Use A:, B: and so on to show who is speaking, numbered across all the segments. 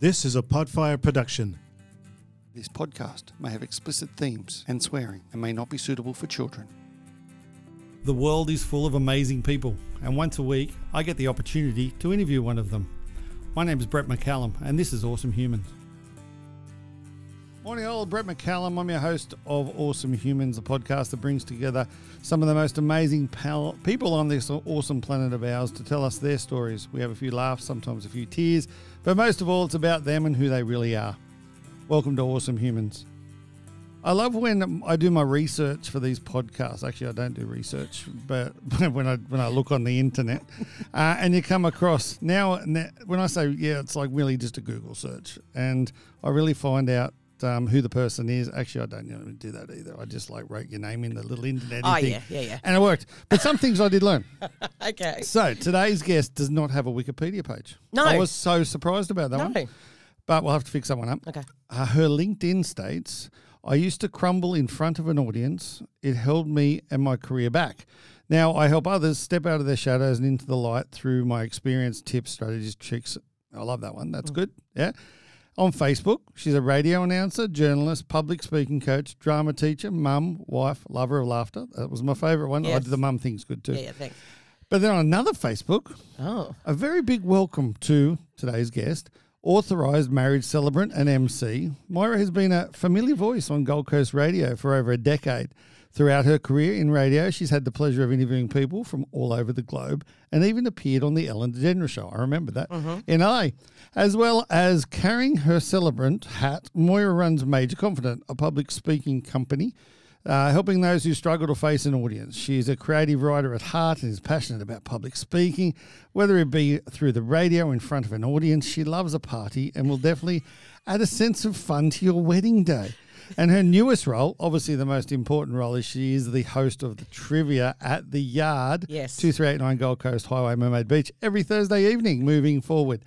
A: This is a Podfire production.
B: This podcast may have explicit themes and swearing and may not be suitable for children.
C: The world is full of amazing people, and once a week I get the opportunity to interview one of them. My name is Brett McCallum, and this is Awesome Humans. Morning, all. Brett McCallum. I'm your host of Awesome Humans, the podcast that brings together some of the most amazing pal- people on this awesome planet of ours to tell us their stories. We have a few laughs, sometimes a few tears, but most of all, it's about them and who they really are. Welcome to Awesome Humans. I love when I do my research for these podcasts. Actually, I don't do research, but when I when I look on the internet, uh, and you come across now, now- when I say yeah, it's like really just a Google search, and I really find out um, who the person is. Actually, I don't even do that either. I just like wrote your name in the little internet.
D: Oh,
C: thing,
D: yeah, yeah, yeah.
C: and it worked. But some things I did learn.
D: Okay.
C: So today's guest does not have a Wikipedia page.
D: No.
C: I was so surprised about that
D: No.
C: one. But we'll have to fix that one up.
D: Okay.
C: Uh, her LinkedIn states, I used to crumble in front of an audience. It held me and my career back. Now I help others step out of their shadows and into the light through my experience, tips, strategies, tricks. I love that one.
D: Mm.
C: That's good. Yeah. On Facebook, she's a radio announcer, journalist, public speaking coach, drama teacher, mum, wife, lover of laughter. That was my favourite one. I
D: Yes.
C: did the mum thing's good too.
D: Yeah, yeah, thanks.
C: But then on another Facebook,
D: Oh.
C: a very big welcome to today's guest, authorised marriage celebrant and MC. Moira has been a familiar voice on Gold Coast radio for over a decade. Throughout her career in radio, she's had the pleasure of interviewing people from all over the globe and even appeared on The Ellen DeGeneres Show. I remember that. In LA. As well as carrying her celebrant hat, Moira runs Major Confident, a public speaking company uh, helping those who struggle to face an audience. She is a creative writer at heart and is passionate about public speaking, whether it be through the radio in front of an audience. She loves a party and will definitely add a sense of fun to your wedding day. And her newest role, obviously the most important role, is she is the host of the trivia at the Yard,
D: Yes.
C: 2389 Gold Coast Highway, Mermaid Beach, every Thursday evening moving forward.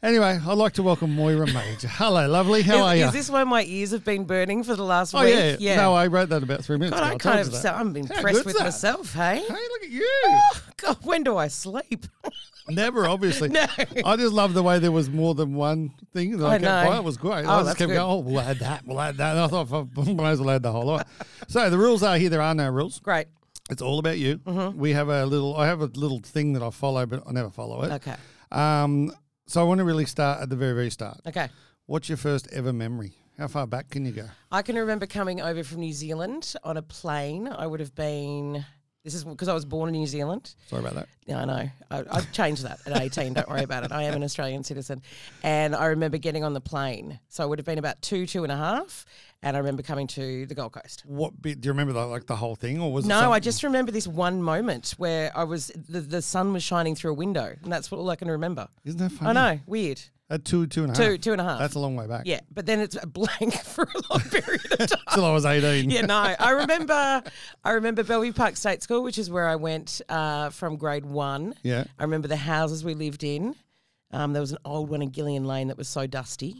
C: Anyway, I'd like to welcome Moira Major. Hello, lovely. How
D: is,
C: are you?
D: is this why my ears have been burning for the last
C: Oh
D: week?
C: yeah. No, I wrote that about three minutes
D: God,
C: ago.
D: I
C: I
D: kind
C: told
D: of,
C: you that.
D: so I'm
C: How
D: impressed
C: good's
D: with
C: that?
D: myself, hey?
C: Hey, look at you.
D: God, when do I sleep?
C: Never, obviously.
D: No.
C: I just love the way there was more than one thing that I,
D: I
C: kept
D: know.
C: quiet. It was great.
D: Oh,
C: I just
D: that's
C: kept
D: good.
C: going, oh, we'll add that, we'll add that. And I thought, "Well, we might as well add the whole lot. so the rules are here. There are no rules.
D: Great.
C: It's all about you.
D: Mm-hmm.
C: We have a little, I have a little thing that I follow, but I never follow it.
D: Okay.
C: Um, so I want to really start at the very, very start.
D: Okay.
C: What's your first ever memory? How far back can you go?
D: I can remember coming over from New Zealand on a plane. I would have been, this is because I was born in New Zealand.
C: Sorry about that.
D: Yeah, I know. I, I've changed that at 18. Don't worry about it. I am an Australian citizen. And I remember getting on the plane. So I would have been about two, two and a half. And I remember coming to the Gold Coast.
C: What bit? Do you remember the, like the whole thing, or was it
D: No, I
C: something-
D: just remember this one moment where I was the, the sun was shining through a window, and that's what all I can remember.
C: Isn't that
D: I
C: funny?
D: know, weird.
C: At two, two and a half.
D: Two, two and a half.
C: That's a long way back.
D: yeah, but then it's a blank for a long period of time.
C: Till I was 18.
D: Yeah, no, I remember. I remember Bellevue Park State School, which is where I went uh, from grade one.
C: Yeah.
D: I remember the houses we lived in. Um, there was an old one in Gillian Lane that was so dusty.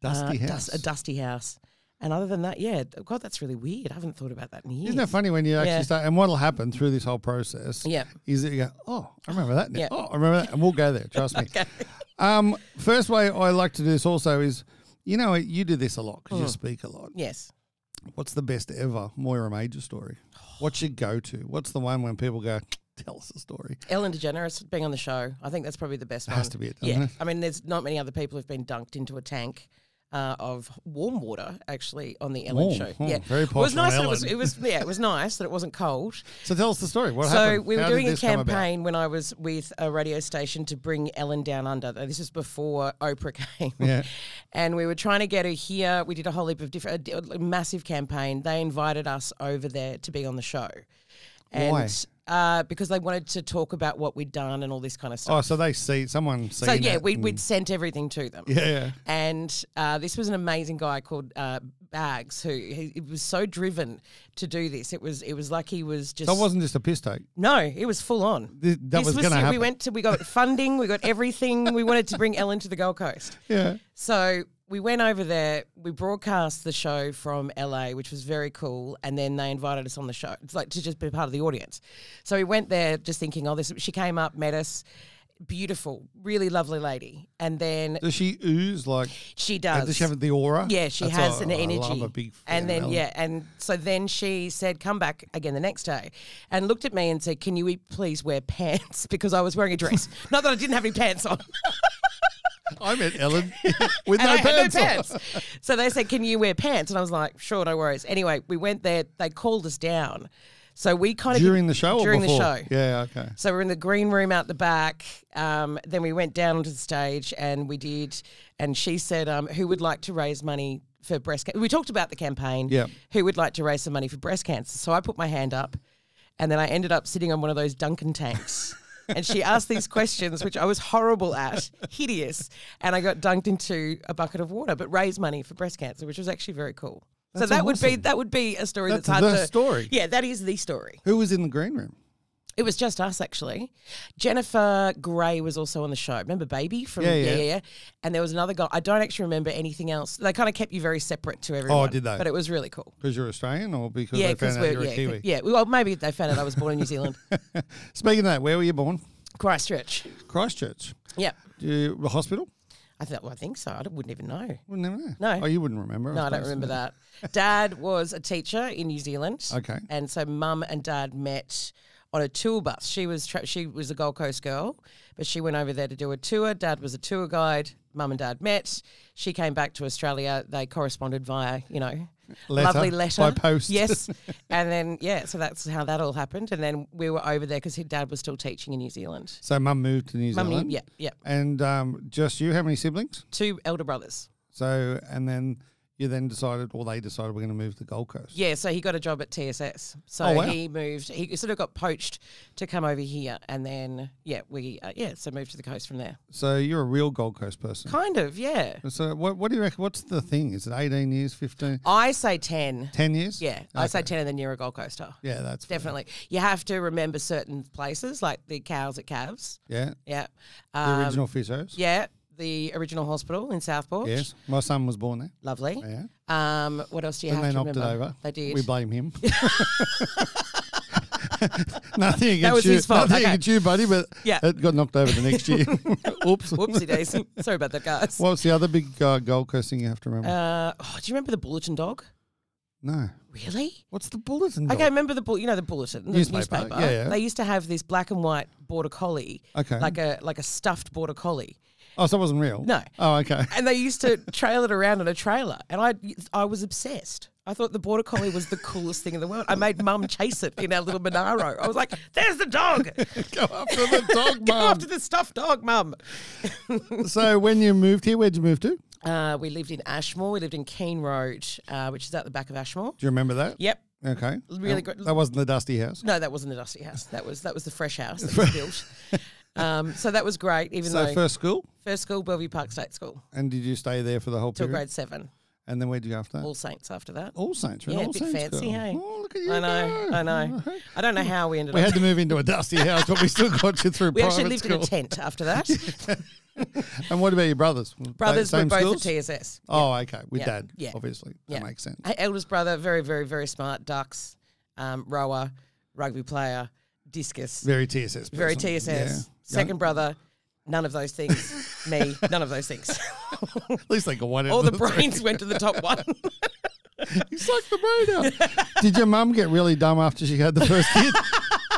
C: Dusty
D: Uh,
C: house.
D: dust- a dusty house. And other than that, yeah, God, that's really weird. I haven't thought about that in years.
C: Isn't that funny when you actually
D: Yeah.
C: start? And what'll happen through this whole process
D: Yeah.
C: is that you go, oh, I remember that now.
D: Yeah.
C: Oh, I remember that. And we'll go there, trust me. um, first way I like to do this also is, you know, you do this a lot
D: Mm.
C: because you speak a lot.
D: Yes.
C: What's the best ever Moira Major story? What's your go to? What's the one when people go, tell us a story?
D: Ellen DeGeneres being on the show, I think that's probably the best one.
C: has to be it, doesn't
D: yeah.
C: it?
D: I mean, there's not many other people who've been dunked into a tank. Uh, of warm water, actually, on the Ellen
C: Warm,
D: show.
C: warm,
D: yeah,
C: very
D: it
C: posh
D: was
C: on
D: nice. That it was.
C: Ellen.
D: It was. Yeah, it was nice that it wasn't cold.
C: So tell us the story. What
D: so
C: happened?
D: we were
C: How did
D: doing a
C: this come about?
D: campaign when I was with a radio station to bring Ellen down under. This was before Oprah came.
C: Yeah.
D: and we were trying to get her here. We did a whole heap of different, a d- a massive campaign. They invited us over there to be on the show. And,
C: Why?
D: Uh, because they wanted to talk about what we'd done and all this kind of stuff.
C: Oh, so they see someone seen
D: so yeah,
C: it
D: we,
C: and-
D: we'd sent everything to them.
C: hmm. yeah, yeah.
D: And uh, this was an amazing guy called uh, Bags who he, he was so driven to do this. It was it was like he was just
C: So it wasn't just a piss take.
D: no, it was full on.
C: Th- that was gonna
D: it.
C: happen.
D: We went to we got funding, we got everything. we wanted to bring Ellen to the Gold Coast.
C: Yeah.
D: So we went over there. We broadcast the show from LA, which was very cool. And then they invited us on the show. It's like to just be part of the audience. So we went there just thinking, oh, this. She came up, met us. beautiful, really lovely lady. And then
C: Does she ooze like?
D: she
C: Does,
D: does.
C: she have the aura?
D: Yeah, she
C: That's
D: has
C: why
D: an
C: I
D: energy.
C: love a big
D: and then
C: female.
D: yeah, and so then she said, "Come back again the next day," and looked at me and said, "Can you we- please wear pants?" Because I was wearing a dress. Not that I didn't have any pants on.
C: I met Ellen with
D: and
C: no
D: I
C: pants,
D: had
C: on.
D: no pants. so they said, "Can you wear pants?" And I was like, "Sure, no worries." Anyway, we went there. They called us down, so we kind of
C: during the show. Or
D: during
C: before?
D: the show.
C: Yeah. Okay.
D: So we're in the green room out the back. Um, then we went down onto the stage and we did. And she said, um, "Who would like to raise money for breast cancer?" We talked about the campaign.
C: Yeah.
D: Who would like to raise some money for breast cancer? So I put my hand up, and then I ended up sitting on one of those Duncan tanks. and she asked these questions, which I was horrible at, hideous, and I got dunked into a bucket of water, but raised money for breast cancer, which was actually very cool. so
C: That's
D: that would be
C: awesome.
D: that would be a story that's,
C: That's
D: hard
C: the
D: to
C: story.
D: Yeah, that is the story.
C: Who was in the green room?
D: It was just us, actually. Jennifer Grey was also on the show. Remember Baby from
C: Yeah,
D: yeah,
C: yeah.
D: yeah, yeah. And there was another guy. I don't actually remember anything else. They kind of kept you very separate to everyone.
C: Oh, did they?
D: But it was really cool.
C: Because you're Australian, or because
D: yeah,
C: they found
D: because
C: out
D: we're
C: you're
D: yeah,
C: a Kiwi.
D: yeah. Well, maybe they found out I was born in New Zealand,
C: Speaking of that, where were you born?
D: Christchurch.
C: Christchurch.
D: Yep.
C: Do you, the hospital?
D: I thought. Well, I think so. I wouldn't even know.
C: Wouldn't never know.
D: No.
C: Oh, you wouldn't remember.
D: No, I don't
C: suppose.
D: remember that. Dad was a teacher in New Zealand.
C: Okay.
D: And so mum and dad met on a tour bus. She was tra- she was a Gold Coast girl, but she went over there to do a tour. Dad was a tour guide. Mum and dad met. She came back to Australia. They corresponded via, you know,
C: Letter,
D: lovely letter
C: by post.
D: Yes. and then yeah, so that's how that all happened. And then we were over there because dad was still teaching in New Zealand.
C: So mum moved to New
D: Mum,
C: Zealand.
D: yeah, yeah.
C: And um, just you, how many siblings?
D: Two elder brothers.
C: So and then you then decided, or they decided, we're going to move to the Gold Coast.
D: Yeah, so he got a job at TSS. So
C: Oh, wow.
D: he moved. He sort of got poached to come over here, and then yeah, we uh, yeah, so moved to the coast from there.
C: So you're a real Gold Coast person.
D: Kind of, yeah.
C: So what, what do you reckon? What's the thing? Is it 18 years, 15,
D: I say ten.
C: 10 years?
D: Yeah, I say
C: Okay.
D: ten, and then you're a Gold Coaster.
C: Yeah, that's fair.
D: Definitely, you have to remember certain places like the cows at Calves.
C: Yeah.
D: Yeah,
C: The
D: um,
C: original physios.
D: yeah, the original hospital in Southport.
C: Yes. My son was born there.
D: lovely.
C: Yeah.
D: Um, what else do you
C: And
D: have
C: they
D: to
C: knocked
D: remember?
C: it over.
D: They did.
C: We blame him. nothing against
D: was
C: you.
D: his fault.
C: Nothing
D: Okay.
C: against you, buddy, but
D: Yeah.
C: it got knocked over the next year. Oops.
D: Whoopsie daisy. Sorry about that, guys.
C: What's the other big uh, Gold Coast thing you have to remember?
D: Uh, oh, do you remember the bulletin dog?
C: no.
D: Really?
C: What's the bulletin?
D: Okay,
C: dog?
D: remember the bull? You know the bulletin, the
C: Newspaper,
D: newspaper.
C: yeah, yeah.
D: They used to have this black and white border collie,
C: Okay.
D: like a like a stuffed border collie,
C: oh, so it wasn't real?
D: No.
C: Oh, okay.
D: and they used to trail it around on a trailer. And I I was obsessed. I thought the border collie was the coolest thing in the world. I made mum chase it in our little Monaro. I was like, "There's the dog!
C: Go after the dog,
D: Go
C: mum.
D: after the stuffed dog, mum."
C: so when you moved here, where'd you move to? Do
D: Uh, we lived in Ashmore. We lived in Keene Road, uh, which is out the back of Ashmore.
C: you remember that?
D: Yep.
C: Okay.
D: Really
C: That-
D: good-
C: That wasn't the dusty house.
D: No, that wasn't the dusty house. That was that was the fresh house that was built. Um, so that was great. Even
C: So
D: though
C: first school,
D: First school, Bellevue Park State School,
C: and did you stay there for the whole
D: till
C: period?
D: grade seven.
C: And then where'd you go after that?
D: All Saints after that.
C: All Saints. you're an
D: yeah, a
C: All
D: bit
C: Saints
D: fancy,
C: girl.
D: hey?
C: Oh, look at you
D: I know,
C: go.
D: I know. I don't know how we ended
C: We
D: up.
C: had to move into a dusty house, but we still got you through
D: we
C: private
D: actually lived
C: school.
D: in a tent after that.
C: And what about your brothers? Were they
D: Brothers were
C: same
D: both
C: schools?
D: at TSS.
C: Oh, okay. With
D: Yeah,
C: dad,
D: yeah,
C: obviously. That makes sense.
D: Hey, Eldest brother, very, very, very smart. Ducks, um, rower, rugby player, discus,
C: Very TSS.
D: very
C: person.
D: TSS.
C: Yeah.
D: Second brother, none of those things. Me, none of those things.
C: At least they got one. out
D: All
C: of
D: the
C: three.
D: brains went to the top one.
C: You sucked the brain out. Did your mum get really dumb after she had the first kid?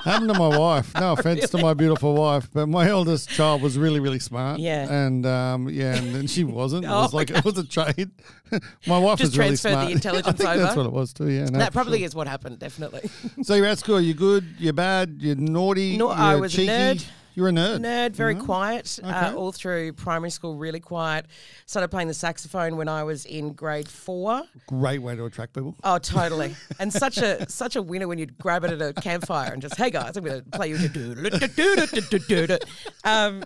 C: Happened to my wife. No offense to my beautiful wife, but my eldest child was really, really smart.
D: Yeah.
C: and um, yeah, and then she wasn't. It
D: Oh,
C: was like it was a trade. my wife
D: Just
C: was really
D: transferred the
C: smart. I
D: intelligence
C: think that's
D: over.
C: what it was too. Yeah, no,
D: that
C: for
D: probably
C: sure.
D: is what happened, definitely.
C: So you're at school. You're good. You're bad. You're naughty.
D: No, I
C: you're
D: was a
C: cheeky.
D: nerd.
C: You're a nerd.
D: nerd, very quiet
C: Mm-hmm. Okay.
D: uh, all through primary school, really quiet. Started playing the saxophone when I was in grade four.
C: Great way to attract people.
D: Oh, totally! and such a such a winner when you'd grab it at a campfire and just, "Hey guys, I'm going to play you." a doo-doo-doo-doo-doo-doo-doo-doo." um,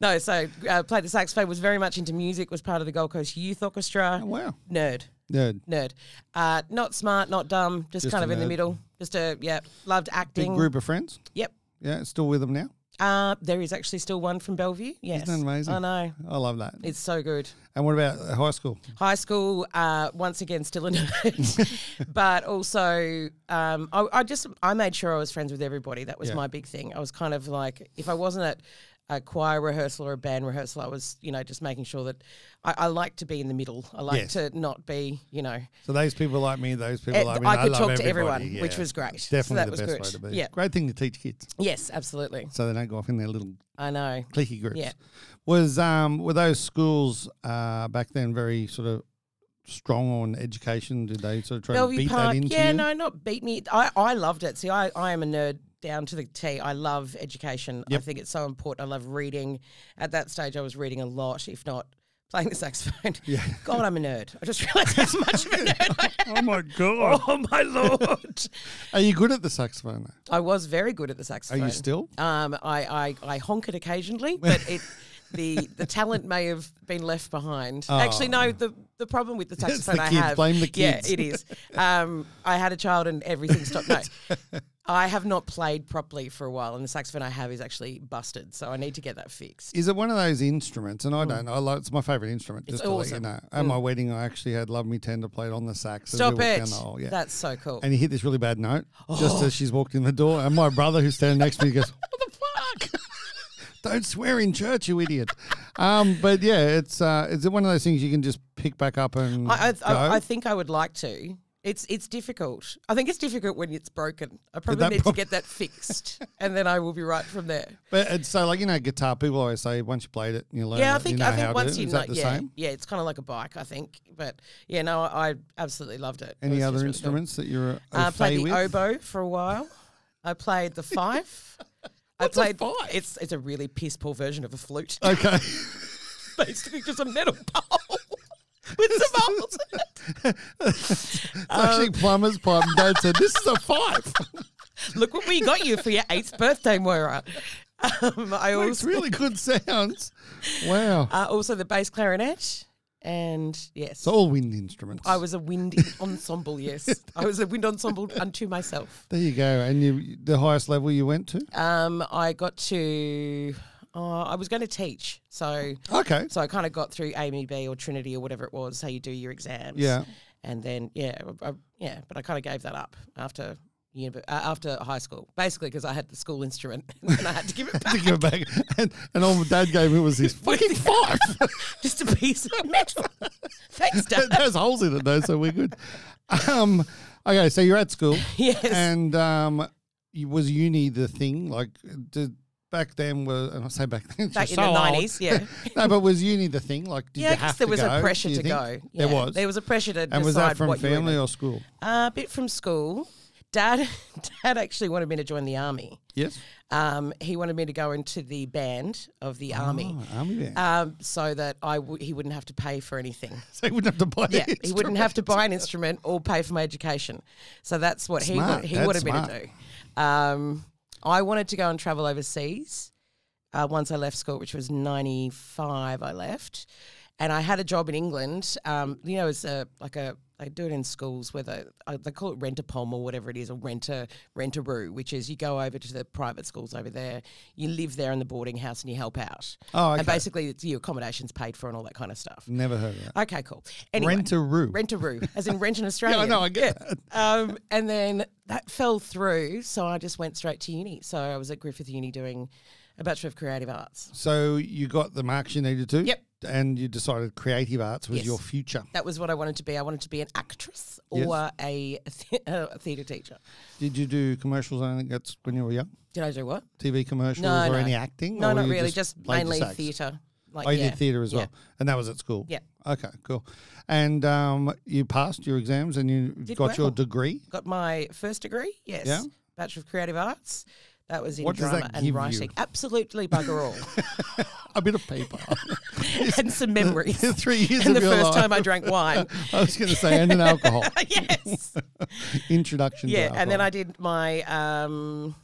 D: no, so uh, played the saxophone. Was very much into music. Was part of the Gold Coast Youth Orchestra.
C: Oh, wow.
D: Nerd,
C: Nerd.
D: nerd. Uh, not smart, not dumb. Just,
C: Just
D: kind
C: a
D: of in the
C: nerd.
D: middle. Just a yeah. Loved
C: Big
D: acting.
C: group of friends.
D: Yep.
C: Yeah, still with them now.
D: Uh, there is actually still one from Bellevue. Yes.
C: Isn't that amazing?
D: I know.
C: I love that.
D: It's so good.
C: and what about uh, high school?
D: High school, uh, once again, still a nerd, but also um, I, I just I made sure I was friends with everybody. That was
C: Yeah.
D: my big thing. I was kind of like, if I wasn't at a choir rehearsal or a band rehearsal, I was, you know, just making sure that I, I like to be in the middle. I like
C: Yes.
D: to not be, you know,
C: So those people like me, those people
D: Eh,
C: like me.
D: I
C: and
D: could
C: love
D: talk to
C: everybody,
D: everyone,
C: yeah.
D: which was great.
C: It's
D: So
C: definitely
D: that
C: the
D: was
C: best
D: good.
C: way to be.
D: Yeah.
C: Great thing to teach kids,
D: yes, absolutely.
C: so they don't go off in their little
D: I know.
C: clicky groups.
D: Yeah.
C: Was um were those schools uh back then very sort of strong on education? Did they sort of try
D: Bellevue
C: to beat
D: Park.
C: that into
D: yeah,
C: you?
D: no, not beat me. I, I loved it. See, I, I am a nerd down to the T. I love education. I think it's so important. I love reading. At that stage, I was reading a lot, if not playing the saxophone. Yeah. God, I'm a nerd. I just realised how much of a nerd I am.
C: Oh my god!
D: Oh, my Lord.
C: Are you good at the saxophone? Though?
D: I was very good at the saxophone.
C: Are you still?
D: Um, I, I, I honk it occasionally, but it the the talent may have been left behind. Actually, no. The the problem with the
C: Oh.
D: saxophone
C: the
D: I
C: kids.
D: have,
C: Blame the kids.
D: Yeah, it is. Um, I had a child and everything stopped. No, I have not played properly for a while, and the saxophone I have is actually busted, so I need to get that fixed.
C: Is it one of those instruments? And I don't know. I like, it's my favorite instrument. Just to
D: Hmm. awesome. Hmm.
C: let you know. At my wedding, I actually had "Love Me Tender" played on the sax. as we
D: Stop
C: walked down
D: it!
C: the hall, yeah.
D: That's so cool.
C: and he hit this really bad note just
D: Oh.
C: as she's walked in the door. And my brother, who's standing next to me, goes,
D: what the fuck?
C: "Don't swear in church, you idiot!" Um, but yeah, it's uh, is it one of those things you can just pick back up and
D: I, I,
C: go?
D: I, I think I would like to. It's it's difficult. I think it's difficult when it's broken. I probably
C: that
D: need
C: prob-
D: to get that fixed, and then I will be right from there.
C: But it's so like you know, guitar. People always say once you played it, you learn.
D: Yeah, I
C: it,
D: think
C: you know
D: I
C: how
D: think
C: to
D: once
C: do it.
D: you
C: is
D: know,
C: that the
D: yeah,
C: same.
D: yeah, it's kind of like a bike, I think. But yeah, no, I, I absolutely loved it. It was
C: Any
D: just
C: other
D: really cool.
C: instruments that you're au
D: I played
C: fait
D: Uh, the
C: with?
D: oboe for a while. I played the fife. I played It's it's a really piss poor version of a flute.
C: Okay,
D: Basically, just a metal pole with some holes. in it.
C: it's
D: Um,
C: actually plumber's pipe. And Dad said this is a five.
D: Look what we got you for your eighth birthday, Moira. Um, I
C: It's
D: also
C: really good sounds. Wow,
D: uh, also the bass clarinet, and yes,
C: it's all wind instruments.
D: I was a wind ensemble. Yes, I was a wind ensemble unto myself.
C: there you go, and you the highest level you went to.
D: Um, I got to. Uh, I was going to teach, so
C: Okay,
D: so I kind of got through AME B or Trinity or whatever it was. How you do your exams?
C: Yeah.
D: and then yeah, I, I- yeah. But I kind of gave that up after univ- uh, after high school, basically because I had the school instrument and I had to give it
C: to
D: back.
C: give it back, and, and all Dad gave me was this fucking five.
D: Just a piece of metal. Thanks, Dad.
C: There's holes in it though, so we're good. Um, okay, so you're at school.
D: Yes.
C: And um, you- was uni the thing? Like, did back then were and I say back then
D: Back
C: she's
D: in
C: so
D: the
C: old.
D: nineties, yeah,
C: No, but was uni the thing? Like, did
D: yeah.
C: you
D: 'cause
C: have
D: there
C: to
D: was
C: go,
D: a pressure
C: do you
D: to go.
C: think?
D: Yeah.
C: There was.
D: There was a pressure to
C: and
D: decide
C: was that from
D: what you were
C: family
D: gonna-
C: or school?
D: Uh, a bit from school. Dad, Dad actually wanted me to join the army.
C: Yes.
D: um, he wanted me to go into the band of the army.
C: Oh, army band.
D: Um, so that I w- he wouldn't have to pay for anything.
C: so you wouldn't have to play.
D: Yeah,
C: it.
D: he wouldn't have to buy an instrument or pay for my education. So that's what he wa-
C: Smart.
D: he
C: That's
D: wanted me
C: smart.
D: to do. Um, I wanted to go and travel overseas. Uh, once I left school, which was ninety five, I left, and I had a job in England. Um, you know, it's a like a they do it in schools where they, uh, they call it rent a pom or whatever it is, or rent a rent a roo, which is you go over to the private schools over there, you live there in the boarding house, and you help out.
C: Oh,
D: And
C: okay.
D: basically, it's your accommodation's paid for and all that kind of stuff.
C: Never heard of that.
D: Okay, cool. Anyway,
C: Rent-a-roo.
D: Rent-a-roo, as in rent in Australia.
C: know, Oh, I get
D: Um, and then that fell through, so I just went straight to uni. So I was at Griffith Uni doing a Bachelor of Creative Arts.
C: So you got the marks you needed to.
D: Yep.
C: And you decided creative arts was
D: Yes.
C: your future.
D: That was what I wanted to be. I wanted to be an actress or a, th- a theatre teacher.
C: Did you do commercials? I think that's when you were young.
D: Did I do what?
C: TV commercials
D: No,
C: or
D: no.
C: any acting?
D: No,
C: or
D: not
C: you
D: really. Just,
C: played the
D: mainly
C: sax?
D: theatre. Like,
C: Oh, you
D: yeah.
C: did theatre as
D: Yeah.
C: well, and that was at school.
D: Yeah.
C: Okay, cool. And um, you passed your exams, and you got your
D: well.
C: degree.
D: Got my first degree. Yes.
C: Yeah?
D: Bachelor of Creative Arts. That was in
C: What does that
D: drama
C: give
D: and
C: you?
D: writing. Absolutely bugger all.
C: A bit of paper.
D: and some memories.
C: Three years
D: and
C: of
D: the
C: your
D: first
C: life.
D: time I drank wine.
C: I was going to say, and an alcohol
D: yes.
C: introduction. to
D: Yeah,
C: alcohol.
D: and then I did my um,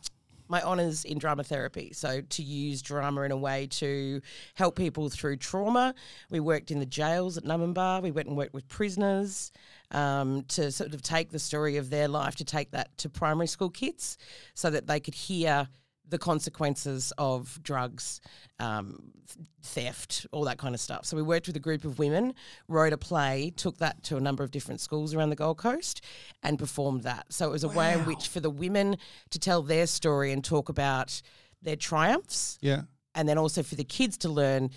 D: my honors in drama therapy. So to use drama in a way to help people through trauma. We worked in the jails at Number. We went and worked with prisoners um, to sort of take the story of their life to take that to primary school kids, so that they could hear. The consequences of drugs, um, th- theft, all that kind of stuff. So we worked with a group of women, wrote a play, took that to a number of different schools around the Gold Coast, and performed that. So it was a way in which for the women to tell their story and talk about their triumphs
C: yeah,
D: and then also for the kids to learn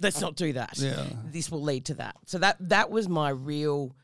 D: let's not do that
C: Yeah.
D: this will lead to that so that that was my real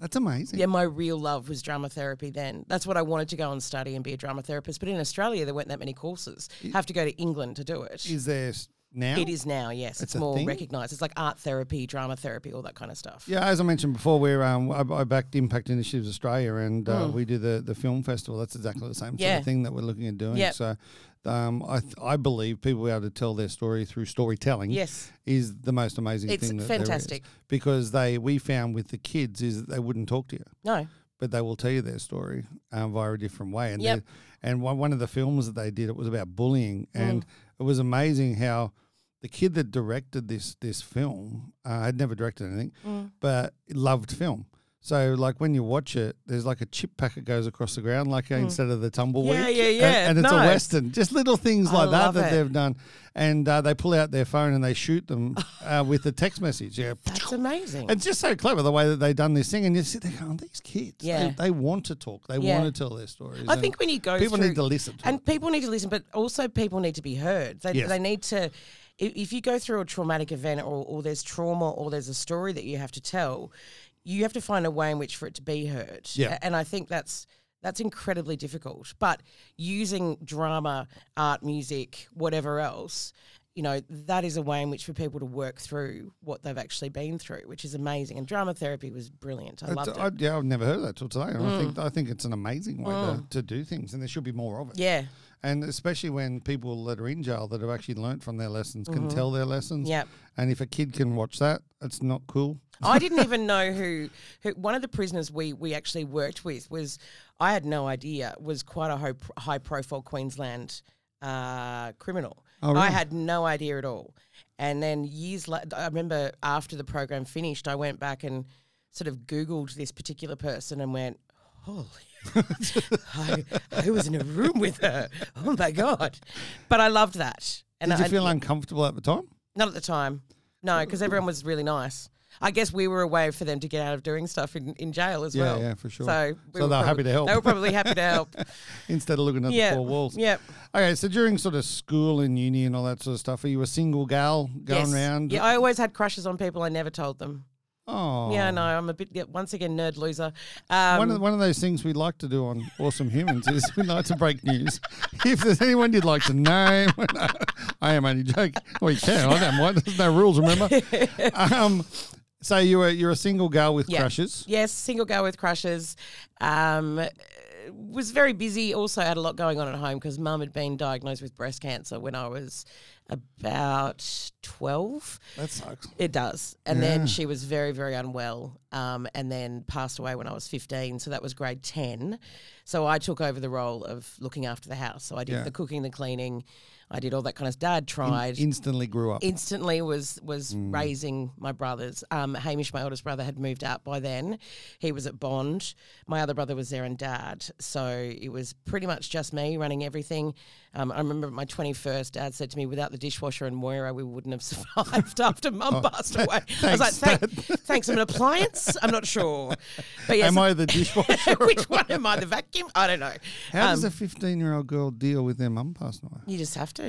C: That's amazing.
D: yeah my real love was drama therapy then that's what i wanted to go and study and be a drama therapist but in australia there weren't that many courses have to go to england to do it
C: Is there s- now?
D: it is now yes it's,
C: a
D: more
C: thing?
D: recognized it's like art therapy drama therapy all that kind of stuff
C: Yeah, as I mentioned before, we're um, I, I backed Impact Initiatives Australia, and uh, we do the the film festival. That's exactly the same sort
D: Hmm. Yeah.
C: of thing that we're looking at doing.
D: Yep.
C: So, um, I th- I believe people will be able to tell their story through storytelling.
D: Yes.
C: is the most amazing
D: It's
C: thing. That
D: fantastic.
C: there is. because they we found with the kids is that they wouldn't talk to you,
D: no
C: but they will tell you their story um, via a different way. And
D: Yep.
C: they- and one one of the films that they did it was about bullying,
D: Mm.
C: and it was amazing how. The kid that directed this this film uh, had never directed anything,
D: Mm.
C: but loved film. So like when you watch it, there's like a chip packet goes across the ground, like uh, instead of the tumbleweed.
D: Mm. Yeah, yeah,
C: and-
D: yeah,
C: And, it's a
D: nice.
C: western, just little things like that
D: love
C: that
D: it.
C: they've done, and uh, they pull out their phone and they shoot them uh, with a text message. Yeah,
D: that's amazing
C: it's just so clever the way that they've done this thing, and you sit there going, "These kids, they-
D: Yeah.
C: they, want to talk, they
D: Yeah.
C: want to tell their stories."
D: I
C: and
D: think when you go
C: people
D: through,
C: need to listen, to
D: and
C: it.
D: people need to listen, but also people need to be heard. They,
C: Yes.
D: they need to. i- If you go through a traumatic event, or, or there's trauma, or there's a story that you have to tell, you have to find a way in which for it to be heard.
C: Yeah.
D: A- and I think that's that's incredibly difficult. But using drama, art, music, whatever else. You know, that is a way in which for people to work through what they've actually been through, which is amazing. And drama therapy was brilliant. I
C: It's-
D: loved it. Mm.
C: I, yeah, I've never heard of that till today, and I think I think it's an amazing way to, to do things, and there should be more of it.
D: yeah.
C: And especially when people that are in jail that have actually learnt from their lessons can tell their lessons.
D: Mm-hmm. Yep.
C: And if a kid can watch that, it's not cool.
D: I didn't even know who, who one of the prisoners we we actually worked with was. I had no idea was quite a high, high profile Queensland uh, criminal.
C: Oh,
D: I had no idea at all. And then years later, I remember after the program finished, I went back and sort of Googled this particular person and went, holy. I, I was in a room with her. Oh my god! But I loved that. And
C: Did you
D: I,
C: feel uncomfortable at the time?
D: not at the time. No, because everyone was really nice. I guess we were a way for them to get out of doing stuff in, in jail as
C: Yeah,
D: well.
C: yeah, for sure.
D: So, we
C: So
D: were
C: they were happy to help.
D: They were probably happy to help.
C: Instead of looking at
D: yeah.
C: the four walls.
D: Yeah.
C: Okay, so during sort of school and uni and all that sort of stuff, are you a single gal going
D: yes.
C: round?
D: Yeah, I always had crushes on people. I never told them.
C: Oh.
D: Yeah, no, I'm a bit yeah, once again nerd loser.
C: One of,
D: Um,
C: one of those things we like to do on Awesome Humans is we like to break news. If there's anyone you'd like to know, I am only joking. We can. I don't mind. There's no rules, remember? Um, so you were you're a single girl with
D: Yeah.
C: crushes.
D: yes, single girl with crushes. Um, uh, was very busy. Also had a lot going on at home because mum had been diagnosed with breast cancer when I was about twelve.
C: That sucks.
D: It does. And then she was very, very unwell um, and then passed away when I was 15. So that was grade 10. So I took over the role of looking after the house. So I did
C: Yeah.
D: the cooking, the cleaning. I did all that kind of Dad tried.
C: Instantly grew up.
D: Instantly was was
C: Mm.
D: raising my brothers. Um, Hamish, my oldest brother, had moved out by then. He was at Bond. My other brother was there and Dad. So it was pretty much just me running everything. Um, I remember my twenty first. Dad said to me, "Without the dishwasher and Moira, we wouldn't have survived after Mum
C: Oh,
D: passed away." I was like, Thank, "Thanks, I'm an appliance. I'm not sure." But yes,
C: am I the dishwasher?
D: which one am I? The vacuum? I don't know.
C: How
D: Um,
C: does a 15 year old girl deal with their mum passing away?
D: You just have to.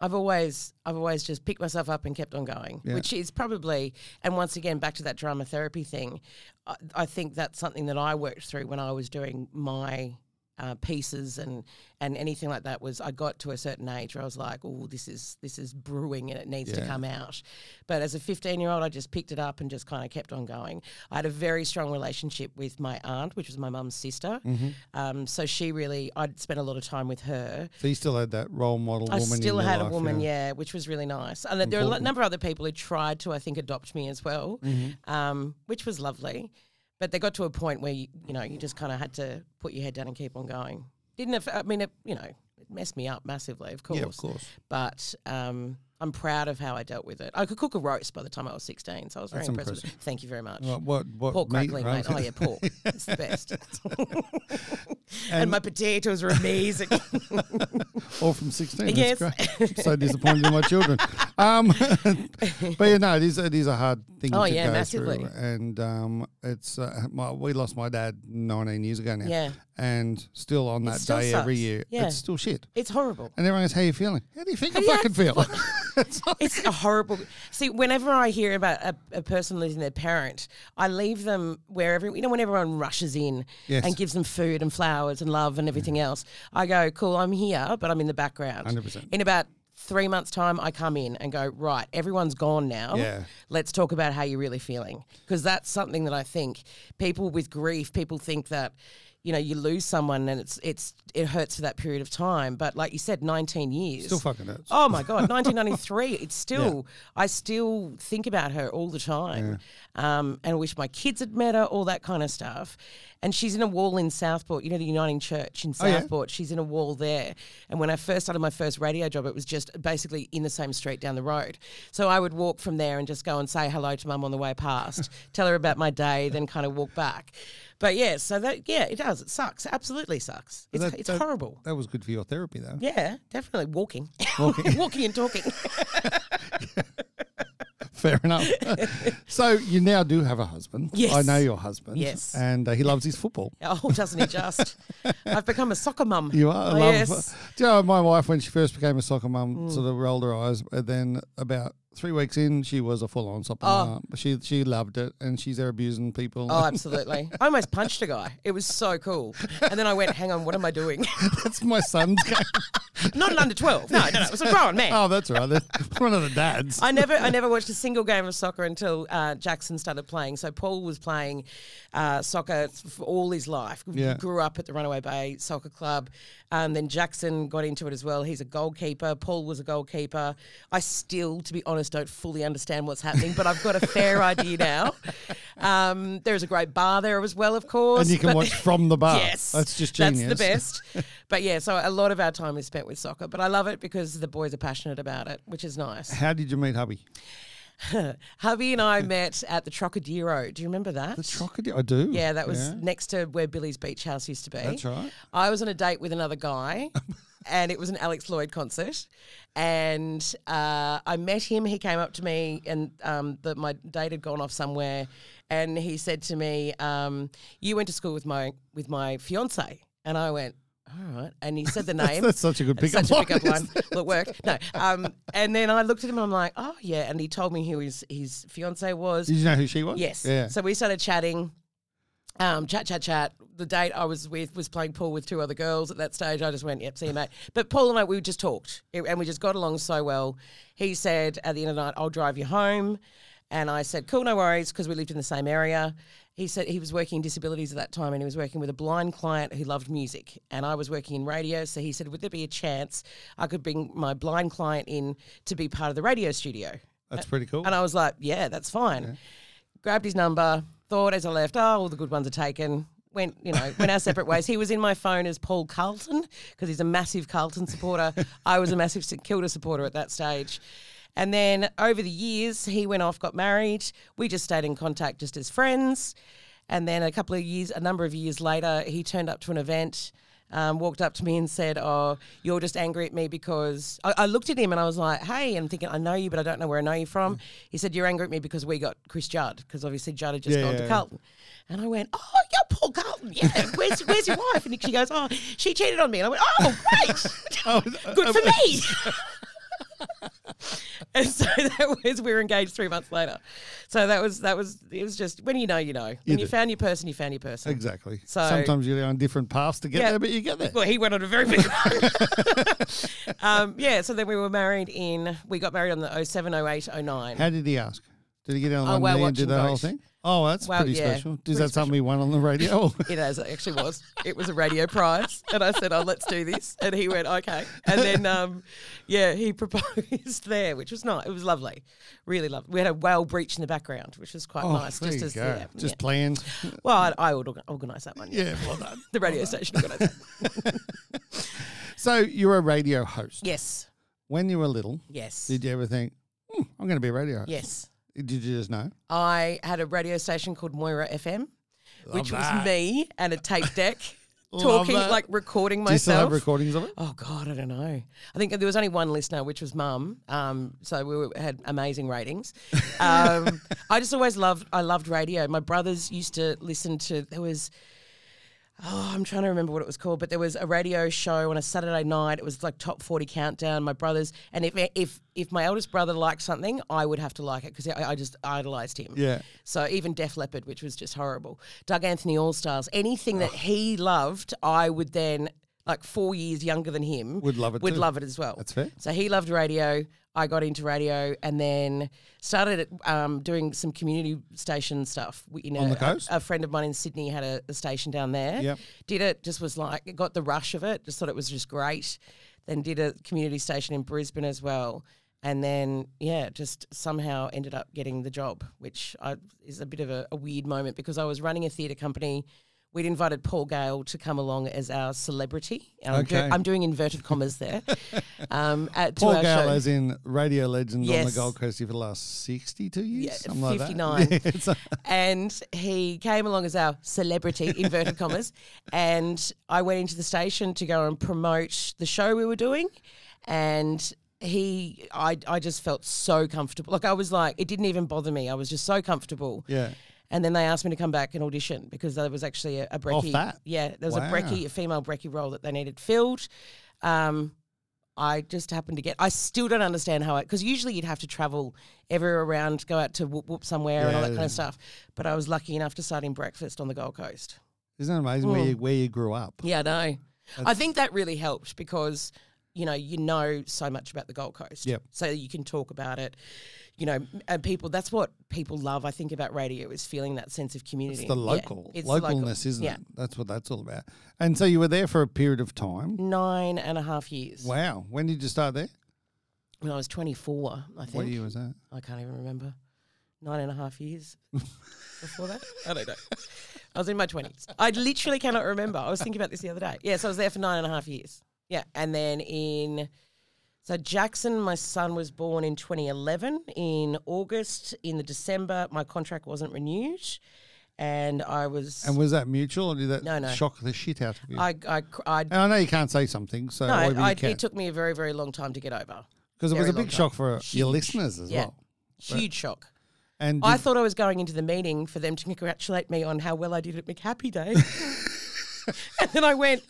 D: I've always, I've always just picked myself up and kept on going,
C: Yeah.
D: which is probably, and once again back to that drama therapy thing. I, I think that's something that I worked through when I was doing my uh, pieces and and anything like that. Was I got to a certain age where I was like, oh, this is this is brewing and it needs to
C: Yeah.
D: come out. But as a fifteen year old, I just picked it up and just kind of kept on going. I had a very strong relationship with my aunt, which was my mum's sister.
C: Mm-hmm.
D: Um, so she really, I'd spent a lot of time with her.
C: So you still had that role model
D: I
C: woman. in
D: still
C: your
D: had
C: life,
D: a woman, yeah. which was really nice. And there are a
C: Important.
D: number of other people who tried to, I think, adopt me as well,
C: Mm-hmm.
D: um, which was lovely. But they got to a point where you, you know you just kind of had to put your head down and keep on going. Didn't it, I mean it? You know, it messed me up massively, of course.
C: Yeah, of course.
D: But um, I'm proud of how I dealt with it. I could cook a roast by the time I was 16, so I was very
C: That's
D: impressed. with it. Thank you very much.
C: What, what, what
D: Pork
C: meat,
D: crackling,
C: right?
D: mate. Oh yeah, pork. it's the best. and, my potatoes were amazing.
C: All from 16.
D: Yes.
C: That's great. I'm so disappointed in my children. Um, but yeah, no, it is, it is a hard thing
D: Oh,
C: to
D: yeah,
C: go
D: massively.
C: through. And um, it's uh, my, we lost my dad 19 years ago now.
D: Yeah.
C: And still on that
D: still
C: day every
D: sucks.
C: year,
D: Yeah.
C: it's still shit.
D: it's horrible.
C: And everyone goes, how you feeling? How do you think I
D: do you
C: fucking feel? It's like-
D: It's a horrible. See, whenever I hear about a, a person losing their parent, I leave them wherever you know when everyone rushes in
C: Yes.
D: and gives them food and flowers and love and everything else. I go, cool, I'm here, but I'm in the background.
C: 100%.
D: In about three months' time, I come in and go, right, everyone's gone now.
C: Yeah.
D: Let's talk about how you're really feeling because that's something that I think people with grief, people think that. You know, you lose someone and it's it's it hurts for that period of time. But like you said, nineteen years
C: still fucking hurts.
D: Oh my god, 1993. It's still I still think about her all the time, um, and I wish my kids had met her, all that kind of stuff. And she's in a wall in Southport, you know, the Uniting Church in
C: Oh, yeah.
D: Southport. She's in a wall there. And when I first started my first radio job, it was just basically in the same street down the road. So I would walk from there and just go and say hello to mum on the way past, tell her about my day, then kind of walk back. But yeah, so that yeah, it does. It sucks. Absolutely sucks. It's,
C: That-
D: it's
C: that-
D: horrible.
C: That was good for your therapy, though.
D: Yeah, definitely walking, walking, and talking.
C: Fair enough. so you now do have a husband.
D: Yes.
C: I know your husband.
D: Yes.
C: And uh, he loves his football.
D: Oh, doesn't he just? I've become a soccer mum.
C: You are. I
D: Oh,
C: love
D: yes. Mm.
C: Do you know, my wife, when she first became a soccer mum, sort of rolled her eyes. And then about three weeks in, she was a full on soccer mum. She, she loved it. And she's there abusing people.
D: Oh, absolutely. I almost punched a guy. It was so cool. And then I went, hang on, what am I doing?
C: That's my son's game.
D: Not an under 12. No, no, no. It was a grown man.
C: oh, that's right. That's one of the dads.
D: I never, I never watched a single game of soccer until uh, Jackson started playing. So Paul was playing uh, soccer for all his life.
C: Yeah.
D: Grew up at the Runaway Bay Soccer Club. Um, then Jackson got into it as well. He's a goalkeeper. Paul was a goalkeeper. I still, to be honest, don't fully understand what's happening, but I've got a fair idea now. Um, there is a great bar there as well, of course.
C: and you can
D: but-
C: watch from the bar.
D: Yes,
C: That's just genius.
D: That's the best. but yeah, so a lot of our time is spent with soccer, but I love it because the boys are passionate about it, which is nice.
C: How did you meet hubby?
D: Hubby and I met at the Trocadero. Do you remember that?
C: The Trocadero. I do.
D: yeah, that was next to where Billy's Beach House used to be.
C: That's right.
D: I was on a date with another guy, and it was an Alex Lloyd concert. And uh, I met him. He came up to me, and um, that my date had gone off somewhere, and he said to me, um, "You went to school with my with my fiance," and I went. All right, and he said the name.
C: That's such a good
D: It's
C: pickup
D: such a
C: line,
D: pickup
C: isn't
D: line. Well, it worked. No, um, and then I looked at him. and I'm like, oh yeah. And he told me who his his fiance was.
C: Did you know who she was?
D: Yes.
C: Yeah.
D: So we started chatting. Um, chat, chat, chat. The date I was with was playing pool with two other girls. At that stage, I just went, "Yep, see you, mate." But Paul and I, we just talked, It- and we just got along so well. He said at the end of the night, "I'll drive you home," and I said, "Cool, no worries," because we lived in the same area. He said he was working in disabilities at that time, and he was working with a blind client who loved music, and I was working in radio. So he said, "Would there be a chance I could bring my blind client in to be part of the radio studio?"
C: That's pretty cool.
D: And I was like, yeah, that's fine. Grabbed his number, thought as I left, oh, all the good ones are taken. Went, you know, went our separate ways. He was in my phone as Paul Carlton because he's a massive Carlton supporter. I was a massive St Kilda supporter at that stage. And then over the years, he went off, got married. We just stayed in contact just as friends. And then a couple of years, a number of years later, he turned up to an event, um, walked up to me and said, "Oh, you're just angry at me because." I, I looked at him and I was like, "Hey," and I'm thinking, "I know you, but I don't know where I know you from."
C: Mm.
D: He said, "You're angry at me because we got Chris Judd because obviously Judd had just
C: Yeah,
D: gone
C: yeah.
D: to Carlton," and I went, "Oh, you're Paul Carlton, yeah. Where's where's your wife?" And she goes, "Oh, she cheated on me," and I went, "Oh,
C: Oh,
D: great, good
C: um,
D: for me." and so that was we were engaged three months later. So that was that was it was just when you know you know when you,
C: do.
D: found your person you found your person.
C: Exactly.
D: So-
C: Sometimes you're on different paths to get
D: Yeah.
C: there, but you get there.
D: Well, he went on a very big one. um, yeah, so then we were married in, we got married on the 07, 08, 09.
C: How did he ask? Did he get on
D: Oh,
C: one
D: while
C: knee and do
D: watching
C: the whole
D: both.
C: thing? Oh, that's
D: Well,
C: pretty
D: yeah,
C: special. Is
D: pretty
C: that something we won on the radio?
D: It as it actually was. It was a radio prize, and I said, "Oh, let's do this," and he went, "Okay." And then, um, yeah, he proposed there, which was nice. It was lovely, really lovely. We had a whale breach in the background, which was quite
C: Oh,
D: nice.
C: there
D: Just
C: you
D: as
C: go.
D: yeah,
C: just
D: yeah.
C: planned.
D: well, I, I would orga- organise that one. Yeah.
C: Yeah, well done.
D: The radio station organised that.
C: So you're a radio host.
D: Yes,
C: When you were little,
D: yes,
C: did you ever think, hmm, I'm going to be a radio host?
D: yes.
C: Did you just know?
D: I had a radio station called Moira FM, which
C: that.
D: was me and a tape deck. talking,
C: that.
D: like recording
C: Do you still have
D: myself.
C: recordings of it?
D: Oh God, I don't know. I think there was only one listener, which was Mum. Um, so we were, had amazing ratings. Um, I just always loved. I loved radio. My brothers used to listen to. There was. Oh, I'm trying to remember what it was called, but there was a radio show on a Saturday night. It was like top 40 countdown. My brothers, and if if if my eldest brother liked something, I would have to like it because I, I just idolized him.
C: Yeah.
D: So even Def Leppard, which was just horrible, Doug Anthony Allstars, anything that he loved, I would then like four years younger than him
C: Would love it
D: Would
C: too.
D: love it as well.
C: That's fair.
D: So he loved radio. I got into radio and then started um, doing some community station stuff. We- You know, uh,
C: On the
D: a-
C: coast?
D: A, friend of mine in Sydney had a, a station down there.
C: Yep.
D: Did it, just was like, got the rush of it, just thought it was just great. Then did a community station in Brisbane as well. And then, yeah, just somehow ended up getting the job, which I, is a bit of a, a weird moment because I was running a theatre company. We'd invited Paul Gale to come along as our celebrity. And I'm, do-
C: Okay.
D: I'm doing inverted commas there. um, at, to
C: Paul
D: our
C: Gale,
D: show.
C: as in radio legend on the
D: Yes.
C: Gold Coast here for the last 62 years?
D: Yeah,
C: something like that.
D: 59.
C: Yeah, it's a-
D: and he came along as our celebrity inverted commas and i went into the station to go and promote the show we were doing and he i, I just felt so comfortable like i was like it didn't even bother me i was just so comfortable
C: yeah.
D: and then they asked me to come back and audition because there was actually a, a brekkie.
C: that?
D: Yeah, there was
C: Oh, Wow.
D: a brekkie, a female brekkie role that they needed filled. Um, I just happened to get. I still don't understand how it because usually you'd have to travel everywhere around, go out to whoop whoop somewhere and all that
C: Yeah.
D: kind of stuff. But I was lucky enough to start in breakfast on the Gold Coast.
C: Isn't that amazing where
D: Mm.
C: you, where you grew up?
D: Yeah, I know. I think that really helped because you know you know so much about the Gold Coast.
C: Yep.
D: So you can talk about it. You know, m- and people. That's what people love. I think about radio is feeling that sense of community.
C: It's the
D: Yeah,
C: local,
D: it's the
C: localness,
D: local.
C: isn't
D: Yeah.
C: it? That's what that's all about. And so you were there for a period of time.
D: Nine and a half years.
C: Wow. When did you start there?
D: When I was twenty four, I think.
C: What year was that?
D: I can't even remember. Nine and a half years before that? I don't know. I was in my 20s. I literally cannot remember. I was thinking about this the other day. Yes, I was there for nine and a half years. Yeah. And then in, so Jackson, my son, was born in 2011. In August, in the December, my contract wasn't renewed. And I was,
C: And was that mutual or did that
D: No, no.
C: shock the shit out of you?
D: I, I, cr- I,
C: and I know you can't say something, so
D: no,
C: why would
D: I,
C: you can?
D: it took me a very, very long time to get over.
C: Because it was
D: very
C: a big
D: long time.
C: shock for your listeners as
D: Yeah.
C: well.
D: Huge shock.
C: And
D: I
C: did-
D: thought I was going into the meeting for them to congratulate me on how well I did at McHappy Day. and then I went,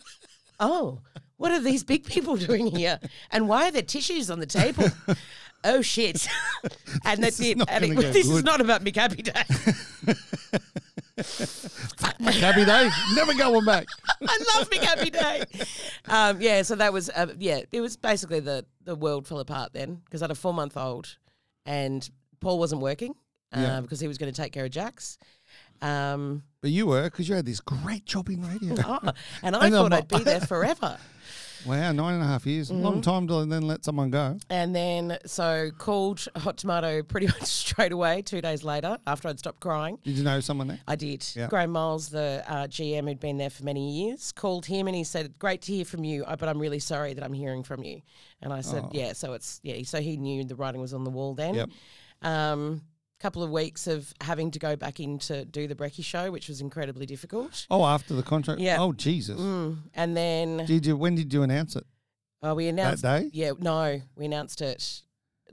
D: oh, what are these big people doing here? And why are there tissues on the table? oh, shit. and that's it.
C: not
D: And it,
C: gonna go
D: this is
C: good.
D: not about McHappy Day.
C: Cabby Day, never going back.
D: I love McHappy Day. Um, yeah, so that was, uh, yeah, it was basically the, the world fell apart then because I had a four month old and Paul wasn't working uh,
C: Yeah.
D: because he was going to take care of Jax. Um,
C: But you were, because you had this great job in radio.
D: Oh, and
C: And
D: I
C: I'm
D: thought I'd
C: like-
D: be there forever.
C: Wow, nine and a half years.
D: Mm-hmm.
C: Long time to then let someone go.
D: And then, so called Hot Tomato pretty much straight away, two days later, after I'd stopped crying.
C: Did you know someone there?
D: I did.
C: Yeah.
D: Graham Miles, the uh, GM who'd been there for many years, called him and he said, Great to hear from you, uh, but I'm really sorry that I'm hearing from you. And I said, Yeah, so it's, yeah, so he knew the writing was on the wall then.
C: Oh. Yep.
D: Um, couple of weeks of having to go back in to do the Brekkie show, which was incredibly difficult.
C: Oh, after the contract.
D: Yeah.
C: Oh, Jesus.
D: Mm. And then.
C: Did you? When did you announce it?
D: Oh, we announced
C: day?
D: Yeah, no, we announced it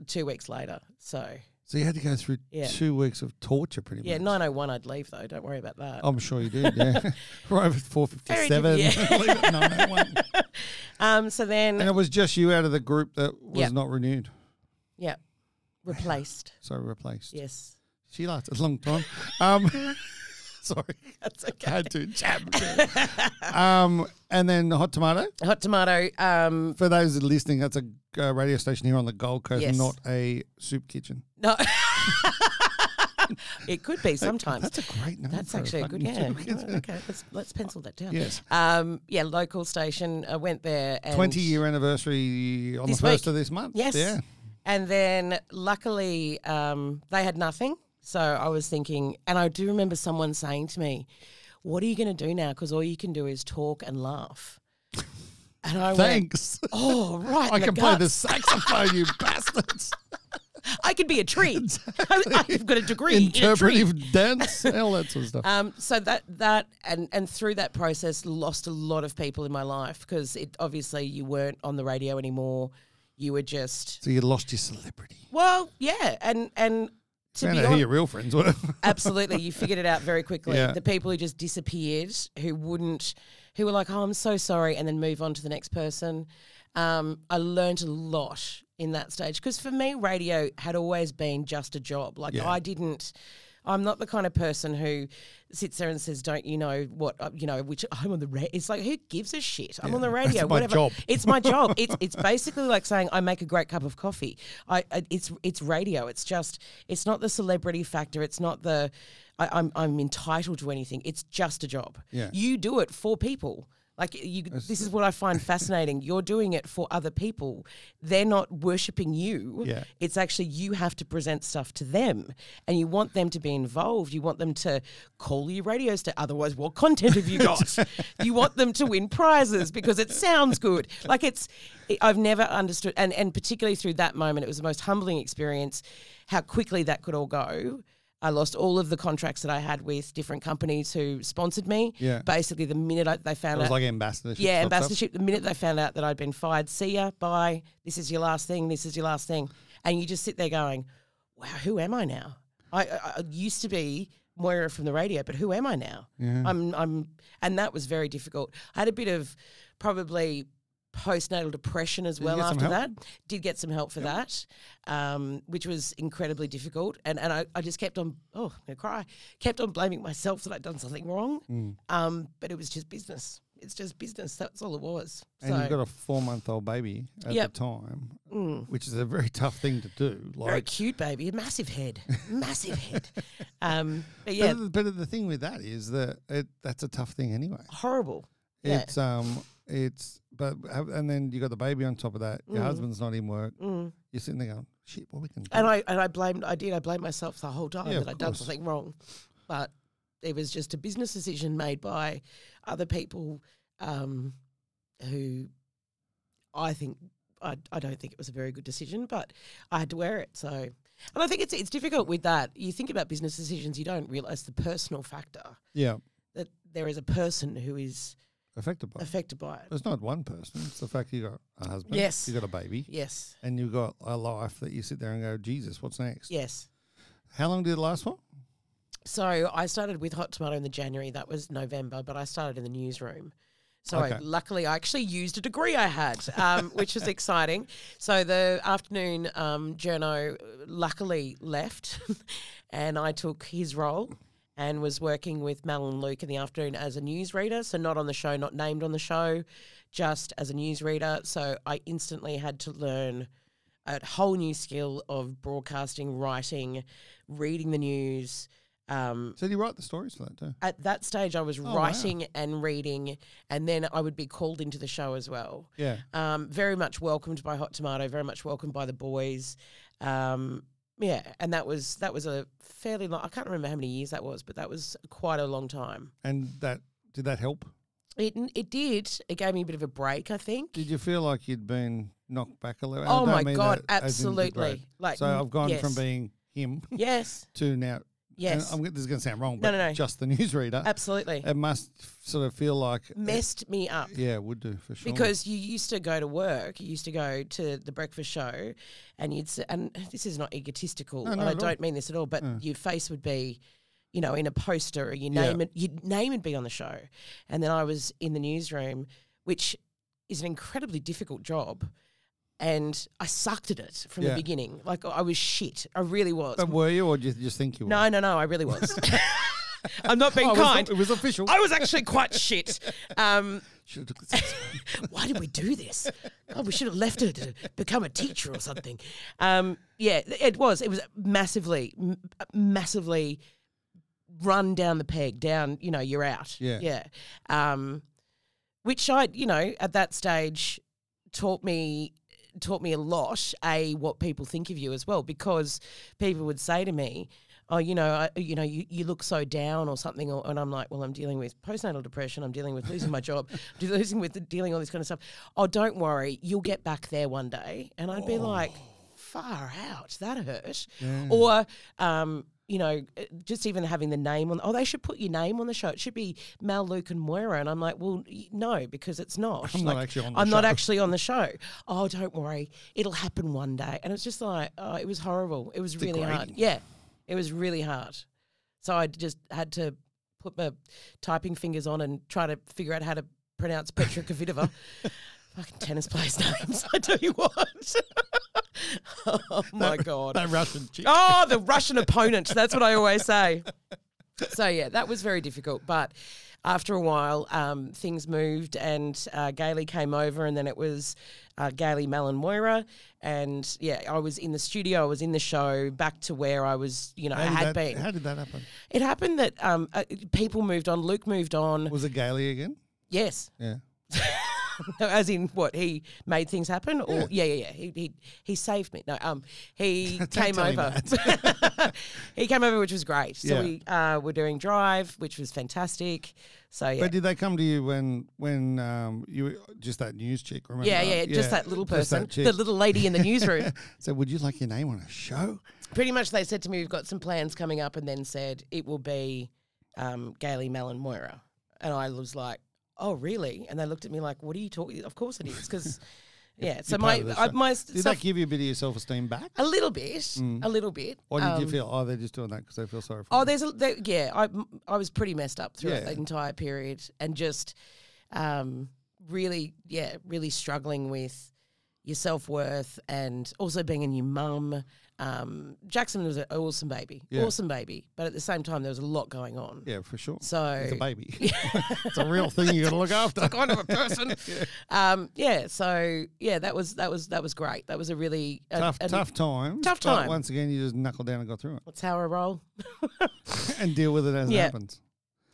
D: two weeks later. So
C: So you had to go through
D: Yeah.
C: two weeks of torture, pretty
D: yeah,
C: much.
D: nine oh one, I'd leave though. Don't worry about that.
C: I'm sure you did. Yeah, right at four
D: Very
C: fifty-seven.
D: different, Um, so then
C: And it was just you out of the group that was
D: Yeah.
C: not renewed,
D: yeah, replaced.
C: so replaced.
D: Yes,
C: She lasted a long time. Um, sorry,
D: that's
C: I
D: okay.
C: had to jab. um, and then Hot Tomato.
D: Hot tomato. Um,
C: For those that are listening, that's a uh, radio station here on the Gold Coast,
D: Yes.
C: not a soup kitchen.
D: no, it could be sometimes.
C: That's a great name.
D: That's
C: for
D: actually a good
C: fucking
D: yeah.
C: soup kitchen.
D: Okay, let's let's pencil that down.
C: Yes.
D: Um, yeah, local station. I went there. And
C: 20 year anniversary on
D: This
C: the first
D: week.
C: of this month.
D: Yes.
C: Yeah.
D: And then luckily, um, they had nothing. So I was thinking, and I do remember someone saying to me, What are you going to do now? Because all you can do is talk and laugh. And I went,
C: Thanks.
D: Oh, right.
C: I
D: in the
C: can play the
D: guts."
C: saxophone, you bastards.
D: I could be a tree. I, I've got a degree in a tree.
C: Interpretive dance, and all that sort of stuff.
D: Um, so that that and and through that process, lost a lot of people in my life because it obviously you weren't on the radio anymore. You were just
C: so you lost your celebrity.
D: well, yeah, and and to
C: Found
D: be
C: out who your
D: honest,
C: real friends were.
D: absolutely, you figured it out very quickly.
C: Yeah.
D: The people who just disappeared, who wouldn't, who were like, "Oh, I'm so sorry," and then move on to the next person. Um, I learned a lot in that stage because for me, radio had always been just a job. Like
C: Yeah.
D: I didn't. I'm not the kind of person who sits there and says, "Don't you know what uh, you know?" Which I'm on the radio. It's like, who gives a shit? I'm on the radio.
C: my
D: whatever.
C: job.
D: It's my job. It's it's basically like saying I make a great cup of coffee. I I- it's it's radio. It's just it's not the celebrity factor. It's not the I, I'm I'm entitled to anything. It's just a job.
C: Yeah.
D: You do it for people. Like you, this is what I find fascinating. You're doing it for other people. They're not worshiping you.
C: Yeah.
D: It's actually you have to present stuff to them, and you want them to be involved. You want them to call your radio station. Otherwise, what content have you got? you want them to win prizes because it sounds good. Like it's, it, I've never understood, and and particularly through that moment, it was the most humbling experience. How quickly that could all go. I lost all of the contracts that I had with different companies who sponsored me.
C: Yeah.
D: Basically, the minute I, they
C: it
D: found
C: was
D: out
C: like ambassadorship.
D: yeah,
C: sort of stuff.
D: ambassadorship. The minute they found out that I'd been fired, see ya, bye. This is your last thing. This is your last thing. And you just sit there going, "Wow, who am I now? I, I, I used to be Moira from the radio, but who am I now? I'm, I'm." And that was very difficult. I had a bit of probably postnatal depression as well
C: you get some
D: after that.
C: help?
D: Did get some help for that, um, which was incredibly difficult. And and I, I just kept on oh I'm gonna cry, kept on blaming myself that I'd done something wrong.
C: Mm.
D: Um, but it was just business. It's just business. That's all it was. So
C: And you've got a four month old baby at
D: Yep. Mm.
C: the time, which is a very tough thing to do.
D: very
C: Like,
D: cute baby, a massive head, massive head. Um, but
C: but
D: yeah,
C: the- but, the thing with that is that it, that's a tough thing anyway.
D: horrible. Yeah.
C: It's um, it's but have- and then you got the baby on top of that. Your husband's not in work. You're sitting there going, shit, what we can do?
D: And Mm. I and I blamed I did I blamed myself the whole time
C: Yeah, of
D: that I'd done
C: course.
D: something wrong, but it was just a business decision made by other people um, who I think I, I don't think it was a very good decision, but I had to wear it. So, and I think it's it's difficult with that. You think about business decisions, you don't realize the personal factor
C: yeah,
D: that there is a person who is
C: affected by. it.
D: affected by it.
C: It's not one person. It's the fact you got a husband.
D: Yes.
C: you got a baby,
D: Yes,
C: and you've got a life that you sit there and go, Jesus, what's next?
D: yes.
C: How long did it last for?
D: So I started with Hot Tomato in the January. That was November, but I started in the newsroom. So I-
C: Okay.
D: luckily, I actually used a degree I had, um, which was exciting. So the afternoon um, journo luckily left, and I took his role and was working with Mel and Luke in the afternoon as a newsreader. So not on the show, not named on the show, just as a newsreader. So I instantly had to learn a whole new skill of broadcasting, writing, reading the news. Um,
C: So did you write the stories for that too?
D: at that stage, I was
C: Oh, wow.
D: writing and reading, and then I would be called into the show as well.
C: Yeah,
D: Um, very much welcomed by Hot Tomato, very much welcomed by the boys. Um, yeah, and that was that was a fairly long. I can't remember how many years that was, but that was quite a long time.
C: and that did that help?
D: It it did. It gave me a bit of a break, I think.
C: Did you feel like you'd been knocked back a level? I
D: Oh
C: don't
D: my
C: mean
D: God,
C: that as in
D: absolutely.
C: degrade.
D: Like,
C: so
D: mm,
C: I've gone from
D: yes.
C: being him
D: yes,
C: to now.
D: yes,
C: And I'm, this is going to sound wrong,
D: No,
C: but
D: no, no.
C: just the newsreader.
D: absolutely.
C: It must f- sort of feel like it-
D: Messed me up.
C: yeah, it would do for sure.
D: Because you used to go to work, you used to go to the breakfast show, and you'd s- and this is not egotistical,
C: No,
D: and
C: not
D: I
C: at all.
D: don't mean this at all, but your face would be, you know, in a poster, or your
C: Yeah.
D: name, and your name would be on the show, and then I was in the newsroom, which is an incredibly difficult job, and I sucked at it from
C: Yeah.
D: the beginning. Like I was shit, I really was.
C: but were you, or did you just think you were?
D: no, no, no, I really was. I'm not being
C: Oh, it was-
D: kind.
C: It was official.
D: I was actually quite shit. Um,
C: Should have took this.
D: why did we do this? God, we should have left her to become a teacher or something. Um, yeah, it was. It was massively, m- massively run down the peg. Down, you know, you're out.
C: Yeah.
D: yeah. Um, which I, you know, at that stage, taught me taught me a lot. A what people think of you as well, because people would say to me. Oh, you know, I, you know, you, you look so down or something, or, and I'm like, well, I'm dealing with postnatal depression. I'm dealing with losing my job, de- losing with dealing all this kind of stuff. Oh, don't worry, you'll get back there one day. And I'd be like, far out, that hurt. Or, um, you know, uh, just even having the name on, oh, they should put your name on the show. It should be Mal, Luke, and Moira. And I'm like, well, y- no, because it's not.
C: I'm not
D: like,
C: actually on the
D: I'm not
C: show.
D: actually on the show. Oh, don't worry. It'll happen one day. And it's just like, oh, it was horrible. It was really hard.
C: degrading.
D: Yeah. It was really hard. So I just had to put my typing fingers on and try to figure out how to pronounce Petra Kvitova. Fucking tennis players' names, I tell you what. oh my god.
C: That Russian chick.
D: Oh, the Russian opponent. That's what I always say. So yeah, that was very difficult. But after a while, um, things moved, and uh, Gailey came over, and then it was uh, Gailey, Mel, and Moira, and yeah, I was in the studio, I was in the show, back to where I was, you know, I
C: How did
D: had
C: that-
D: been.
C: How did that happen?
D: It happened that um, uh, people moved on. Luke moved on.
C: Was it Gailey again?
D: Yes,
C: Yeah.
D: No, as in what he made things happen, or yeah, yeah, yeah. He he, he saved me. No, um, he came
C: tell him
D: over. he came over, which was great. So
C: Yeah.
D: we uh, were doing drive, which was fantastic. So yeah,
C: But did they come to you when when um you were just that news chick? Remember?
D: yeah, yeah, Just that little
C: just that
D: person,
C: chick.
D: the little lady in the newsroom.
C: so would you like your name on a show?
D: Pretty much, they said to me, "We've got some plans coming up," and then said it will be um, Gailey, Mel, and Moira. And I was like, "Oh, really?" And they looked at me like, "What are you talking?" Of course it is, because. Yeah, so
C: You're
D: my
C: part of the
D: I,
C: show.
D: my
C: Did
D: self-
C: that give you a bit of your self esteem back?
D: A little bit, a little bit.
C: Or did you
D: Um,
C: feel, oh, they're just doing that because they feel sorry for
D: Oh,
C: me?
D: there's a there, yeah. I m- I was pretty messed up throughout
C: Yeah.
D: the entire period, and just um, really yeah, really struggling with your self worth, and also being a new mum. Um, Jackson was an awesome baby,
C: Yeah.
D: awesome baby, but at the same time there was a lot going on.
C: Yeah, for sure.
D: So
C: it's a baby. it's a real thing you got to look after.
D: kind of a person. Um, yeah. So yeah, that was that was that was great. That was a really a,
C: tough,
D: a-
C: tough time.
D: tough
C: but
D: time.
C: Once again, you just knuckle down and go through
D: That's how I roll.
C: it and deal with it as it
D: Yeah.
C: happens.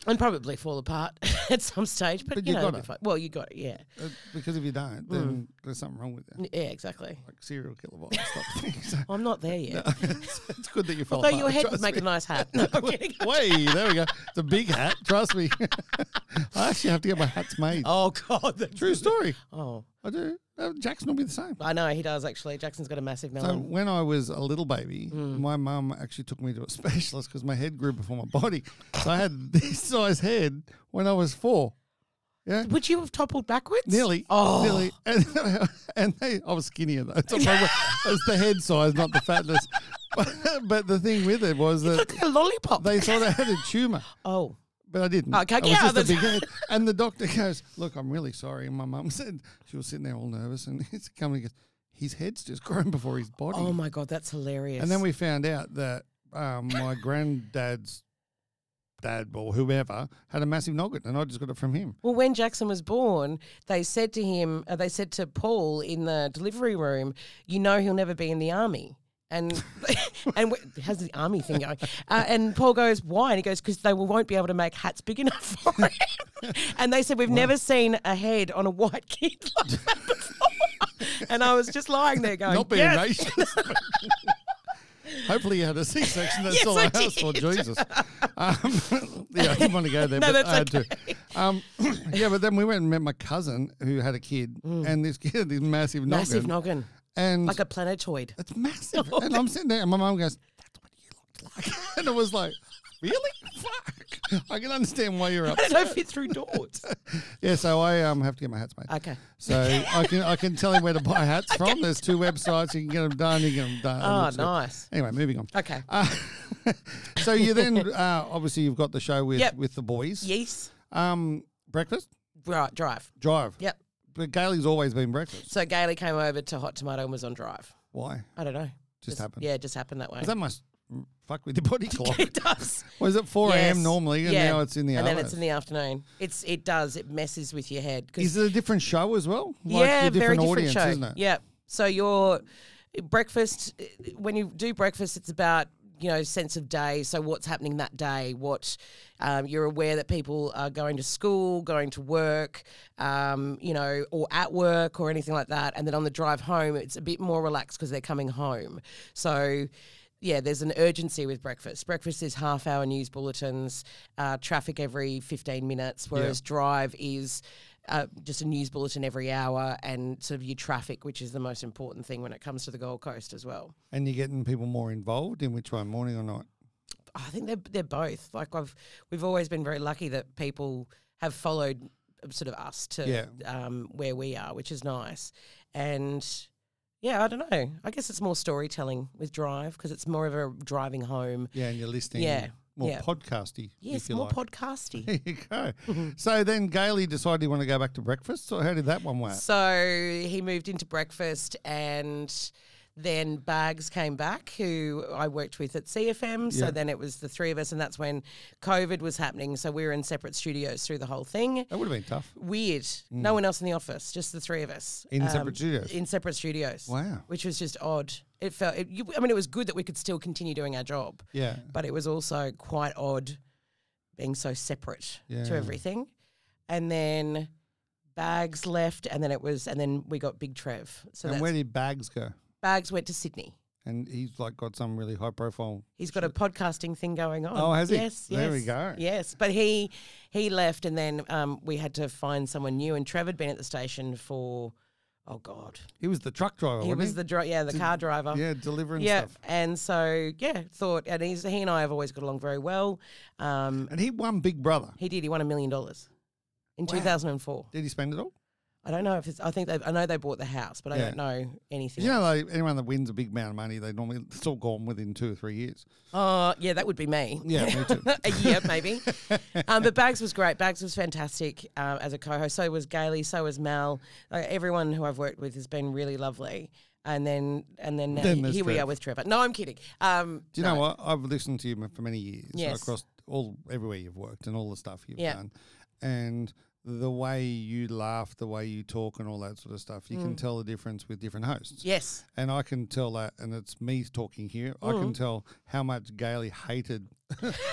D: and probably fall apart at some stage. But,
C: But
D: you
C: you
D: know,
C: gotta.
D: it'll be fine. well, you got it, yeah,
C: Uh, because if you don't, then
D: Hmm.
C: there's something wrong with you.
D: N- yeah, exactly.
C: Like serial killer vibes. type thing. So
D: I'm not there yet.
C: it's, it's good that you fell
D: Although your
C: apart,
D: head would
C: Oh, trust
D: make
C: me.
D: a nice hat. No, I'm kidding.
C: Way, there we go. It's a big hat. Trust me. I actually have to get my hats made.
D: Oh God, that's
C: True story.
D: Oh,
C: I do. Uh, Jackson will be the same.
D: I know he does actually. Jackson's got a massive
C: So
D: melon.
C: when I was a little baby,
D: Mm.
C: my mum actually took me to a specialist because my head grew before my body. So I had this size head when I was four. Yeah.
D: would you have toppled backwards?
C: Nearly.
D: Oh,
C: Nearly. And, and they, I was skinnier though. So my, it's the head size, not the fatness. But, but the thing with it was that
D: look at a lollipop.
C: they thought I had a tumour.
D: oh,
C: But I didn't.
D: Okay,
C: I was
D: yeah,
C: just a
D: that's-
C: big head. And the doctor goes, "Look, I'm really sorry." And my mum said she was sitting there all nervous, and he's coming and goes, "His head's just grown before his body."
D: oh my God, that's hilarious.
C: and then we found out that um, my granddad's dad or whoever had a massive noggin, and I just got it from him.
D: Well, when Jackson was born, they said to him, uh, they said to Paul in the delivery room, "You know he'll never be in the army." And and w- how's the army thing going? Uh, and Paul goes, "Why?" And he goes, "Because they won't be able to make hats big enough for him." and they said, "We've never seen a head on a white kid like that before." and I was just lying there going,
C: Not being
D: Uh, "Yes."
C: racist. but- Hopefully you had a C-section. That's
D: Yes,
C: all
D: I
C: I, asked for. Jesus. Um, yeah, I didn't want to go there,
D: No,
C: but
D: that's
C: I had to. Um, yeah, but then we went and met my cousin who had a kid, and this kid had this massive,
D: Mm. massive
C: noggin,
D: noggin,
C: and
D: like a planetoid."
C: it's massive. and I'm sitting there, and my mum goes, "That's what you looked like," and I was like, "Really? Fuck! I can understand why you're up."
D: I don't fit through doors.
C: Yeah, so I um have to get my hats made.
D: Okay.
C: So I can I can tell him where to buy hats from. There's two websites you can get them done. You can get them done.
D: Oh,
C: Looks good.
D: nice.
C: Anyway, moving on.
D: Okay.
C: Uh, so you then uh, obviously you've got the show with
D: Yep.
C: with the boys.
D: Yes.
C: Um, breakfast,
D: Right. Drive.
C: drive.
D: Yep.
C: But Gailey's always been breakfast.
D: So Gailey came over to Hot Tomato and was on drive.
C: Why?
D: I don't know.
C: Just happened.
D: Yeah, it just happened that way.
C: Because that must fuck with your body clock.
D: it does.
C: Was it 4
D: Yes.
C: a.m. normally, and
D: Yeah.
C: now it's in the
D: and
C: hours?
D: then it's in the afternoon. It's it does. It messes with your head. 'cause-
C: Is it a different show as well?
D: yeah,
C: a
D: very different show.
C: isn't it?
D: Yeah. So your breakfast when you do breakfast, it's about you know sense of day. So what's happening that day? What um, you're aware that people are going to school, going to work, um, you know, or at work or anything like that. And then on the drive home, it's a bit more relaxed because they're coming home. So yeah, there's an urgency with breakfast. Breakfast is half hour news bulletins, uh, traffic every 15 minutes, whereas drive is uh, just a news bulletin every hour and sort of your traffic, which is the most important thing when it comes to the Gold Coast as well.
C: And you're getting people more involved in which one, morning or night?
D: I think they're they're both. Like I've we've always been very lucky that people have followed uh, sort of us to
C: Yeah.
D: um, where we are, which is nice. And yeah, I don't know. I guess it's more storytelling with Drive because it's more of a driving home.
C: Yeah, and you're listening.
D: Yeah,
C: More
D: yeah.
C: podcasty,
D: Yes,
C: if you
D: more Mm-hmm.
C: like.
D: podcasty.
C: there you go. so then Gailey decided he wanted to go back to breakfast. So how did that one work?
D: so he moved into breakfast and. Then Bags came back, who I worked with at CFM. So
C: Yeah.
D: then it was the three of us, and that's when COVID was happening. So we were in separate studios through the whole thing.
C: That would have been tough.
D: weird. No one else in the office, just the three of us
C: Mm.
D: Um,
C: In separate studios?
D: In separate studios.
C: Wow.
D: which was just odd. It felt. It, you, I mean, it was good that we could still continue doing our job,
C: Yeah.
D: but it was also quite odd being so separate
C: Yeah.
D: to everything. And then bags left, and then it was, and then we got Big Trev. So
C: and
D: that's,
C: where did Bags go?
D: bags went to Sydney.
C: And he's like got some really high profile.
D: He's got a podcasting thing going on.
C: Oh, has he?
D: Yes, yes.
C: There we go.
D: Yes, but he he left, and then um, we had to find someone new. And Trev had been at the station for oh god,
C: He was the truck driver.
D: he
C: Oh, wasn't
D: was the dri- yeah the car driver.
C: yeah delivering
D: Yeah,
C: stuff.
D: and so yeah, thought and he's he and I have always got along very well. Um,
C: And he won Big Brother.
D: he did. He won a million dollars in two thousand and four.
C: Did he spend it all?
D: I don't know if it's. I think they. I know they bought the house, but I
C: Yeah.
D: don't know anything.
C: You know, like anyone that wins a big amount of money, they normally it's all gone within two or three years.
D: Uh, yeah, that would be me.
C: Yeah, me too.
D: a year maybe. um, but Bags was great. Bags was fantastic um, as a co-host. So was Gailey. So was Mal. Uh, everyone who I've worked with has been really lovely. And then and then, now
C: Then
D: here
C: there's
D: we
C: Trev.
D: are with Trevor. No, I'm kidding. Um,
C: Do you know what? I've listened to you for many years
D: Yes.
C: across all everywhere you've worked and all the stuff you've
D: Yeah.
C: done, and the way you laugh, the way you talk, and all that sort of stuff, you
D: Mm.
C: can tell the difference with different hosts.
D: yes.
C: And I can tell that, and it's me talking here. I
D: Mm.
C: can tell how much Gailey hated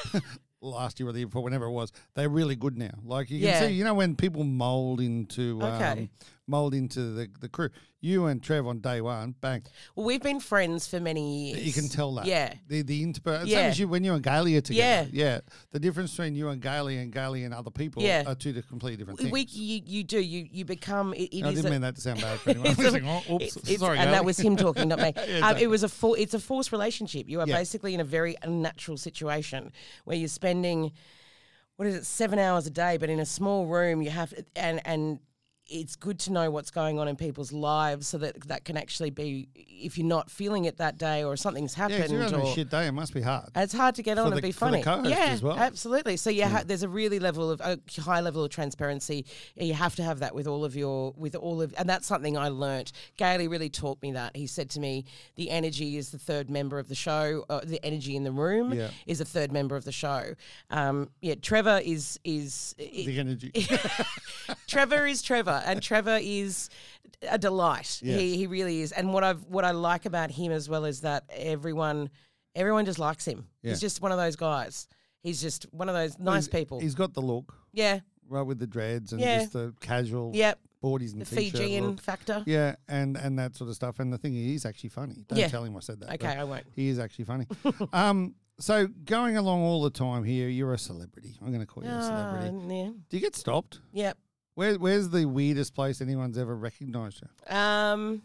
C: last year or the year before, whenever it was. They're really good now. Like you can
D: Yeah.
C: see, you know, when people mold into um,
D: Okay.
C: mold into the, the crew. You and Trev on day one, bang.
D: Well, we've been friends for many years.
C: You can tell that.
D: Yeah.
C: The the interper-
D: Yeah.
C: same as you when you and Gailey are together.
D: Yeah.
C: Yeah. The difference between you and Gailey and Gailey and other people
D: Yeah.
C: are two di- completely different
D: We,
C: things.
D: we you, you do you you become it, it
C: I
D: is
C: didn't
D: a-
C: mean that to sound bad for anyone. listening. Oh, oops,
D: It's- it's-
C: sorry,
D: and
C: Gailey.
D: that was him talking, not me. um,
C: exactly.
D: it was a for, it's a forced relationship. You are
C: Yeah.
D: basically in a very unnatural situation where you're spending what is it seven hours a day, but in a small room. You have and and it's good to know what's going on in people's lives so that that can actually be if you're not feeling it that day or something's
C: yeah, 'cause
D: happened
C: you're having
D: or
C: a shit day. It must be hard.
D: it's hard to get on
C: the-
D: and be
C: for the
D: funny.
C: co-host
D: yeah,
C: as well.
D: absolutely. So yeah, ha- there's a really level of a high level of transparency. You have to have that with all of your with all of, and that's something I learnt. Gailey really taught me that. He said to me, "The energy is the third member of the show. Uh, the energy in the room
C: Yeah.
D: is a third member of the show." Um, yeah, Trevor is is
C: the energy.
D: Trevor is Trevor, and Trevor is a delight. He he really is. And what I've what I like about him as well is that everyone everyone just likes him.
C: Yeah.
D: He's just one of those guys. He's just one of those nice people.
C: He's got the look,
D: yeah.
C: right, with the dreads and
D: Yeah.
C: just the casual
D: Yep.
C: boardies and
D: The
C: t-shirt
D: Fijian
C: look.
D: factor.
C: Yeah, and and that sort of stuff. And the thing is, he's actually funny. Don't
D: Yeah.
C: tell him I said that. but
D: Okay, I won't.
C: He is actually funny. um, so going along all the time here, you're a celebrity. I'm going to call you a celebrity.
D: Ah, yeah.
C: Do you get stopped?
D: Yep.
C: Where, where's the weirdest place anyone's ever recognised you?
D: Um,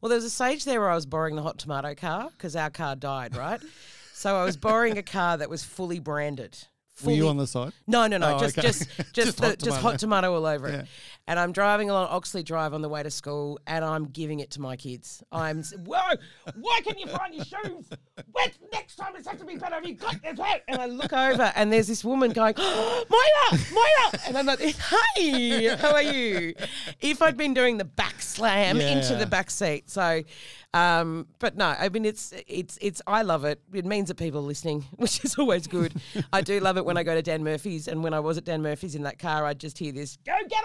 D: well, there was a stage there where I was borrowing the hot tomato car because our car died, right? so I was borrowing a car that was fully branded.
C: Were you
D: fully-
C: on the side?
D: No, no, no.
C: Oh,
D: just,
C: okay.
D: just, just,
C: Just
D: the,
C: hot
D: just hot tomato all over it.
C: Yeah.
D: And I'm driving along Oxley Drive on the way to school, and I'm giving it to my kids. I'm, s- whoa, why can you find your shoes? Wait, next time it's has to be better. Have you got this out? And I look over, and there's this woman going, oh, Moira, Moira, and I'm like, hey, how are you? If I'd been doing the back slam into
C: Yeah.
D: the back seat, so. Um, but no, I mean it's it's it's I love it. It means that people are listening, which is always good. I do love it when I go to Dan Murphy's, and when I was at Dan Murphy's in that car, I'd just hear this: "Go get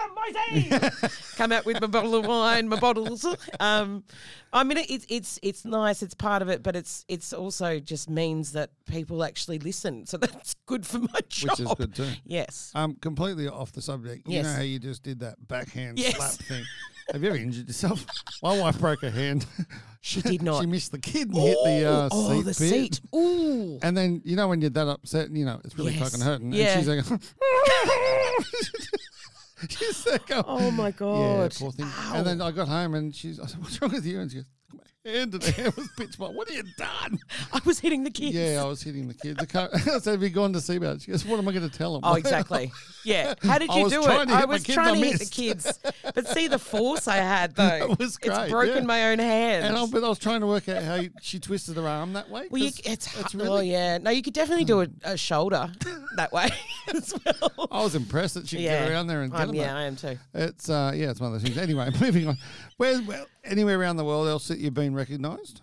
D: 'em, Moisey!" Come out with my bottle of wine, my bottles. Um, I mean it's it's it's nice. It's part of it, but it's it's also just means that people actually listen, so that's good for my job.
C: Which is good too.
D: Yes.
C: Um, completely off the subject. You
D: Yes.
C: know how you just did that backhand
D: Yes.
C: slap thing. Have you ever injured yourself? My wife broke her hand.
D: She did not.
C: she missed the kid and hit the uh,
D: oh,
C: seat.
D: the
C: bit.
D: seat. Ooh.
C: And then you know when you're that upset, you know it's really
D: Yes.
C: fucking hurting.
D: Yeah.
C: And she's like, She's so cold.
D: Oh my
C: Yeah,
D: god.
C: poor thing. And then I got home and she's, I said, what's wrong with you? And she goes, my hand and the hand was pitch black. What have you done?
D: I was hitting the kids.
C: Yeah, I was hitting the kid. The car, I said, have you gone to see about it? She goes, what am I going to tell him?
D: Oh, exactly. Yeah. How did
C: I
D: you
C: was
D: do
C: trying
D: it?
C: to
D: I
C: hit my
D: was
C: kids,
D: trying
C: I
D: to hit the
C: missed.
D: kids. But see the force I had though.
C: That was great,
D: It's broken
C: yeah.
D: my own hand.
C: and I, but I was trying to work out how she twisted her arm that way.
D: well, you,
C: 'cause
D: it's,
C: it's
D: really, oh
C: really. Hmm.
D: yeah. No, you could definitely do a, a shoulder that way as well.
C: I was impressed that she could
D: yeah,
C: get around there and get
D: I'm,
C: him
D: yeah,
C: up.
D: I am too.
C: It's uh, yeah, it's one of those things. Anyway, moving on. Where's well, anywhere around the world else that you've been recognised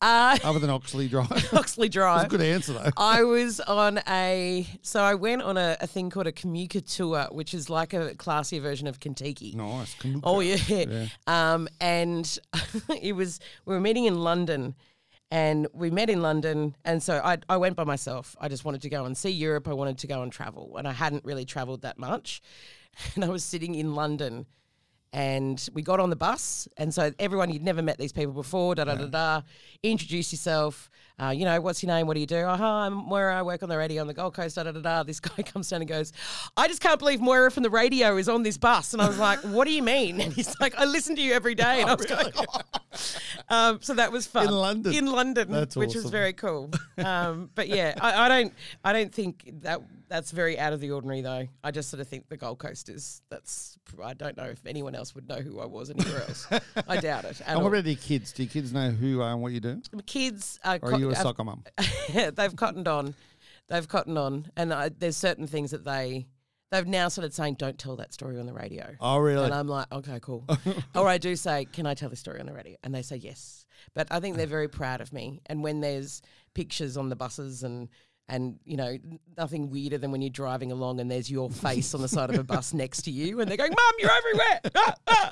D: Uh,
C: other than Oxley Drive? Oh, That's
D: Oxley
C: a
D: Drive.
C: good answer though.
D: I was on a so I went on a, a thing called a Kamuka tour, which is like a classier version of Kentucky.
C: nice. Kamuka.
D: Oh yeah. Um, and it was we were meeting in London, and we met in London, and so I I went by myself. I just wanted to go and see Europe. I wanted to go and travel, and I hadn't really travelled that much, and I was sitting in London. And we got on the bus, and so everyone you'd never met these people before. Da da da da. Introduce yourself. Uh, you know, what's your name? What do you do? Oh, hi, I'm Moira. I work on the radio on the Gold Coast. Da da da da. This guy comes down and goes, I just can't believe Moira from the radio is on this bus. And I was like, What do you mean? And he's like, I listen to you every day. And I was going, "Oh." um, So that was fun
C: In London.
D: In London,
C: That's
D: which was
C: awesome.
D: very cool. Um, but yeah, I, I don't, I don't think that that's very out of the ordinary though. I just sort of think the Gold Coast is. That's I don't know if anyone else would know who I was anywhere else. I doubt it. At
C: And
D: all.
C: what about your kids? Do your kids know who you are and what you do?
D: Kids are,
C: Or
D: co-
C: are you a
D: have-
C: soccer mum?
D: they've cottoned on. They've cottoned on, and I, there's certain things that they they've now started saying, "Don't tell that story on the radio."
C: Oh, really?
D: And I'm like, okay, cool. or I do say, "Can I tell this story on the radio?" And they say yes. But I think they're very proud of me. And when there's pictures on the buses and and you know nothing weirder than when you're driving along and there's your face on the side of a bus next to you and they're going mom you're everywhere Ah, ah."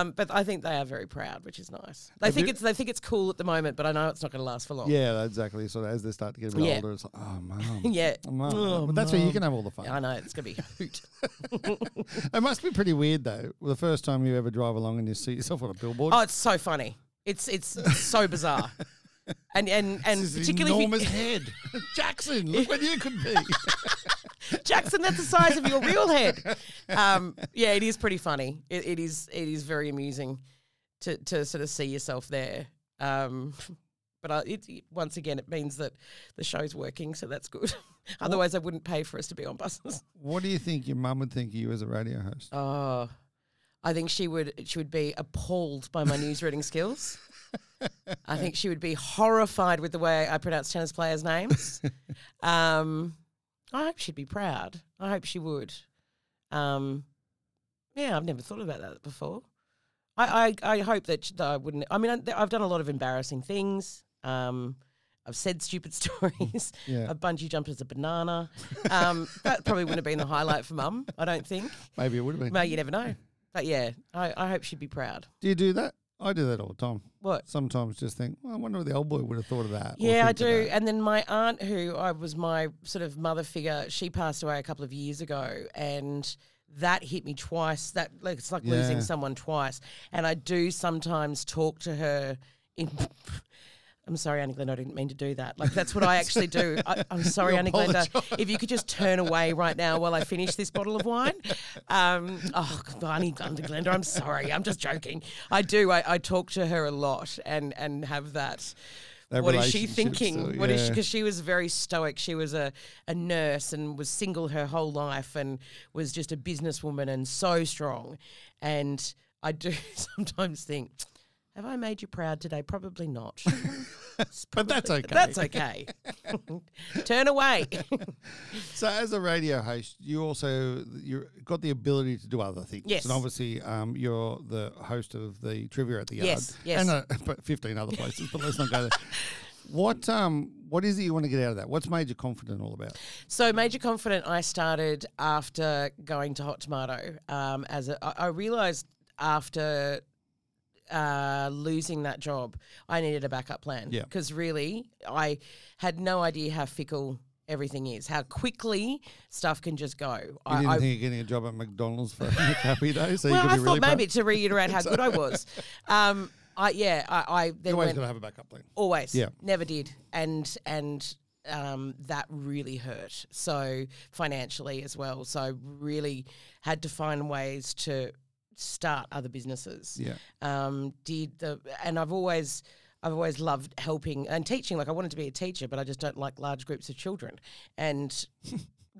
D: um, but i think they are very proud which is nice they think
C: you-
D: it's they think it's cool at the moment but i know it's not going to last for long
C: Yeah, exactly. So as they start to get a bit
D: Yeah.
C: older, it's like, oh, mum.
D: Yeah.
C: Mum.
D: Oh,
C: but that's where you can have all the fun.
D: I know it's gonna be a hoot.
C: It must be pretty weird though. The first time you ever drive along and you see yourself on a billboard.
D: Oh, it's so funny. It's it's so bizarre, and and and
C: This is
D: particularly
C: enormous
D: if
C: head, Jackson. Look what you could be.
D: you, Jackson, that's the size of your real head. Um, yeah, it is pretty funny. It, it is it is very amusing to to sort of see yourself there. Um, but I, it, it- once again, it means that the show's working, so that's good. Otherwise, I wouldn't pay for us to be on buses.
C: What do you think your mum would think of you as a radio host?
D: Oh, I think she would she would be appalled by my newsreading skills. I think she would be horrified with the way I pronounce tennis players' names. Um, I hope she'd be proud. I hope she would. Um, yeah, I've never thought about that before. I, I, I hope that, sh- that I wouldn't. I mean, I, I've done a lot of embarrassing things. Um, I've said stupid stories.
C: Yeah.
D: I've bungee jumped as a banana. Um, that probably wouldn't have been the highlight for mum, I don't think.
C: Maybe it would have been.
D: Well, you never know. But yeah, I, I hope she'd be proud.
C: Do you do that? I do that all the time.
D: What?
C: Sometimes just think, well, I wonder what the old boy would have thought of that. or
D: Yeah, I
C: think of
D: do.
C: that."
D: And then my aunt, who I was my sort of mother figure, she passed away a couple of years ago, and that hit me twice. That like it's like losing
C: Yeah.
D: someone twice. And I do sometimes talk to her in. I'm sorry, Annie Glenda, I didn't mean to do that. Like that's what I actually do. I, I'm sorry,
C: We
D: Annie Glenda. If you could just turn away right now while I finish this bottle of wine. Um, oh, Annie Glenda, Glenda, I'm sorry. I'm just joking. I do. I, I talk to her a lot and and have that
C: That
D: what is she
C: relationship
D: thinking?
C: still,
D: What is she?
C: yeah.
D: Because she was very stoic. She was a, a nurse and was single her whole life and was just a businesswoman and so strong. And I do sometimes think, have I made you proud today? Probably not. It's
C: But that's
D: probably-
C: okay.
D: That's okay. Turn away.
C: So as a radio host, you also you got the ability to do other things.
D: Yes.
C: And obviously, um, you're the host of the trivia at the yard.
D: Yes, yes.
C: And uh, but 15 other places. but let's not go there. What um what is it you want to get out of that? What's made you confident all about?
D: So Major Confident, I started after going to Hot Tomato. Um, as a, I, I realized after uh, losing that job, I needed a backup plan.
C: Yeah.
D: Because really, I had no idea how fickle everything is, how quickly stuff can just go.
C: You
D: I,
C: didn't
D: I
C: think you're getting a job at McDonald's for a happy day, so
D: well,
C: you
D: I
C: could be
D: thought
C: really proud?
D: maybe to reiterate how good I was. Um, I yeah, I, I then
C: You always
D: went
C: got to have a backup plan.
D: always
C: Yeah.
D: never did and and um, that really hurt. So financially as well. So I really had to find ways to start other businesses.
B: Yeah.
D: Um, did the and I've always I've always loved helping and teaching. Like I wanted to be a teacher, but I just don't like large groups of children. And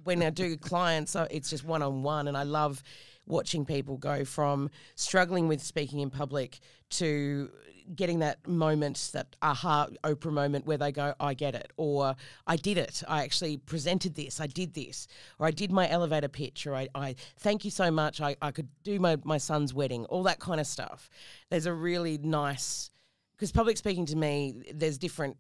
D: when I do clients, I- it's just one on one, and I love watching people go from struggling with speaking in public to getting that moment, that aha Oprah moment where they go, I get it, or I did it. I actually presented this, I did this, or I did my elevator pitch, or I, I thank you so much, I, I could do my, my son's wedding, all that kind of stuff. There's a really nice, because public speaking to me, there's different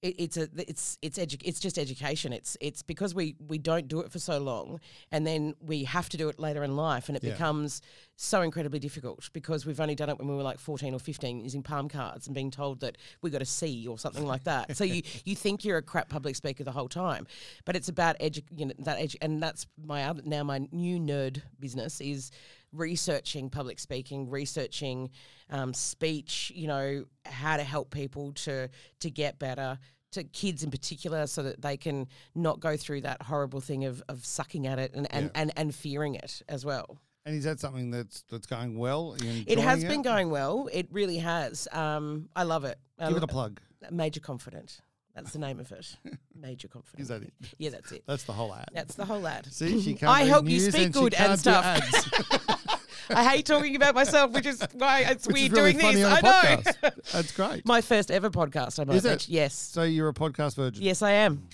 D: it, it's a it's it's edu- it's just education. It's it's because we we don't do it for so long, and then we have to do it later in life, and it becomes so incredibly difficult because we've only done it when we were like fourteen or fifteen, using palm cards and being told that we got a C or something like that. So you you think you're a crap public speaker the whole time, but it's about edu- you know that edu- and that's my other now my new nerd business is researching public speaking, researching um, speech, you know, how to help people to to get better, to kids in particular, so that they can not go through that horrible thing of, of sucking at it and, and, and, and fearing it as well.
C: And is that something that's that's going well? Are you
D: It has
C: enjoying
D: been going well. It really has. Um, I love it. I
C: Give it
D: lo-
C: a plug.
D: Major Confident. That's the name of it. Major Confident.
C: Is that it?
D: Yeah, that's it.
C: That's the whole ad.
D: That's the whole ad.
C: See, she can't
D: I
C: read
D: hope you
C: news
D: speak
C: and she
D: good and
C: can't do
D: stuff.
C: ads.
D: I hate talking about myself, which is why it's
C: Which is
D: weird
C: really
D: doing
C: funny
D: this.
C: on a
D: I know.
C: podcast. That's great.
D: My first ever podcast, I might
C: Is it?
D: mention. Yes.
C: So you're a podcast virgin.
D: Yes, I am.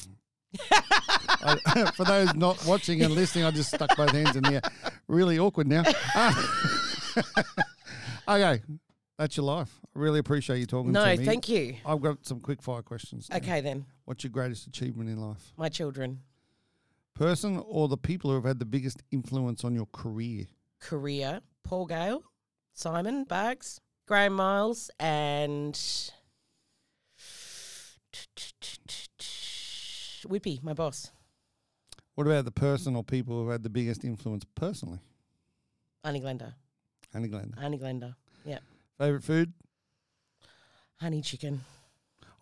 C: I, for those not watching and listening, I just stuck both hands in the air. Really awkward now. Ah. okay, that's your life. I really appreciate you talking
D: No,
C: to me.
D: thank you.
C: I've got some quick fire questions. now.
D: Okay, then.
C: What's your greatest achievement in life?
D: My children.
C: Person or the people who have had the biggest influence on your career?
D: Korea, Paul Gale, Simon Bugs, Graham Miles, and Whippy, my boss.
C: What about the person or people who have had the biggest influence personally?
D: Honey Glenda.
C: Annie Glenda.
D: Honey Glenda. Yeah.
C: Favorite food?
D: Honey chicken.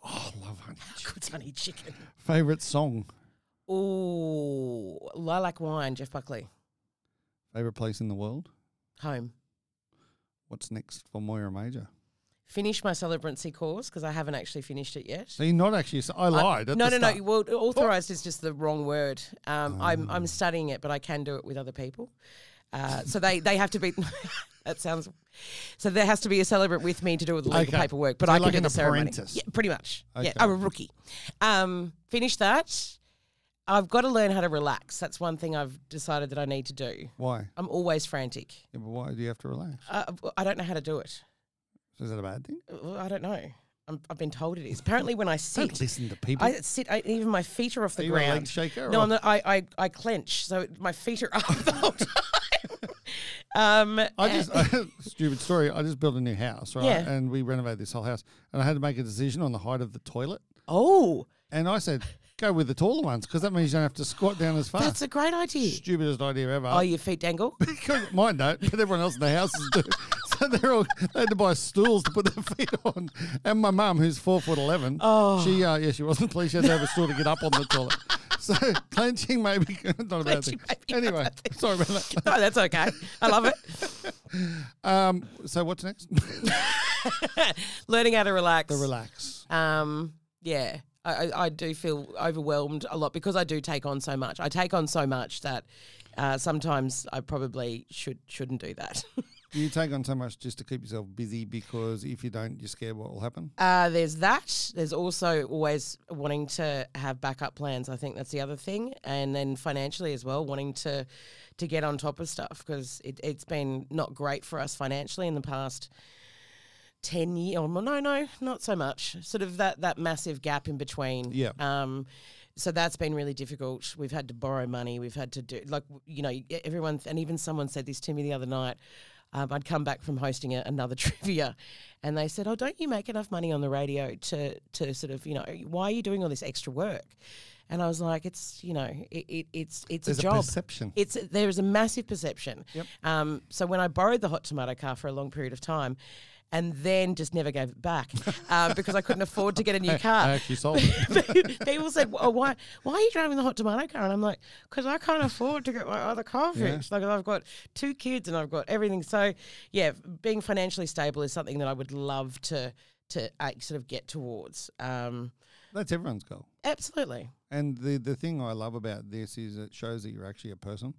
C: Oh, I love honey.
D: Good honey chicken.
C: Favorite song?
D: Ooh, Lilac Wine, Jeff Buckley.
C: Favorite place in the world?
D: Home.
C: What's next for Moira Major?
D: Finish my celebrancy course because I haven't actually finished it yet.
C: So you're not actually. I
D: I-
C: lied. at
D: no,
C: the
D: no,
C: start.
D: no. Well, authorized is just the wrong word. Um, I'm
C: Oh.
D: I'm studying it, but I can do it with other people. Uh, so they they have to be. that sounds. So there has to be a celebrant with me to do all the legal
C: Okay.
D: paperwork, but
C: So
D: I can
C: like
D: do
C: an
D: the ceremony.
C: apprentice.
D: Yeah, pretty much. Yeah,
C: Okay.
D: I'm a rookie. Um, finish that. I've got to learn how to relax. That's one thing I've decided that I need to do.
C: Why?
D: I'm always frantic.
C: Yeah, but why do you have to relax?
D: Uh, I don't know how to do it.
C: Is that a bad thing?
D: Uh, I don't know. I'm, I've been told it is. Apparently, when I sit,
C: Don't listen to people.
D: I sit. I, even my feet are off the
C: Are you a
D: ground.
C: leg shaker
D: No,
C: or-
D: I'm not, I, I I clench, so my feet are up the whole time. um,
C: I
D: and-
C: just stupid story. I just built a new house, right?
D: Yeah.
C: And we renovated this whole house, and I had to make a decision on the height of the toilet.
D: oh,
C: And I said, go with the taller ones because that means you don't have to squat down as far.
D: that's a great idea.
C: Stupidest idea ever.
D: Oh, Ah. your feet dangle.
C: Because- Mine don't, but everyone else in the house is do. So they're all they had to buy stools to put their feet on. And my mum, who's four foot eleven, oh. she uh, yeah, she wasn't pleased. She had to have a stool to get up on the toilet. So clenching maybe not a bad
D: Clenching
C: thing.
D: may be not a
C: Anyway,
D: bad thing.
C: sorry about that.
D: no, that's okay. I love it.
C: Um, so what's next?
D: Learning how to relax.
C: Relax.
D: Um, yeah, I, I, I do feel overwhelmed a lot because I do take on so much. I take on so much that uh, sometimes I probably should shouldn't do that.
C: Do you take on so much just to keep yourself busy? Because if you don't, you're scared what will happen.
D: Uh, there's that. There's also always wanting to have backup plans. I think that's the other thing, and then financially as well, wanting to to get on top of stuff because it, it's been not great for us financially in the past ten years. Or no, no, not so much. Sort of that that massive gap in between.
C: Yeah.
D: Um, so that's been really difficult. We've had to borrow money. We've had to do like you know e-, everyone and even someone said this to me the other night. Um, I'd come back from hosting a, another trivia, and they said, "Oh, don't you make enough money on the radio to to sort of you know why are you doing all this extra work?" And I was like, "It's you know it, it it's it's
C: There's
D: a
C: a
D: job."
C: perception.
D: It's there is a massive perception. Um, so when I borrowed the hot tomato car for a long period of time, and then just never gave it back uh, because I couldn't afford to get a new car.
C: I actually sold it.
D: People said, "Oh, why? Why are you driving the hot tomato car?" And I'm like, "Because I can't afford to get my other car fixed. Like, I've got two kids and I've got everything. So, yeah, being financially stable is something that I would love to to uh, sort of get towards. Um,
C: That's everyone's goal.
D: absolutely.
C: And the, the thing I love about this is it shows that you're actually a person.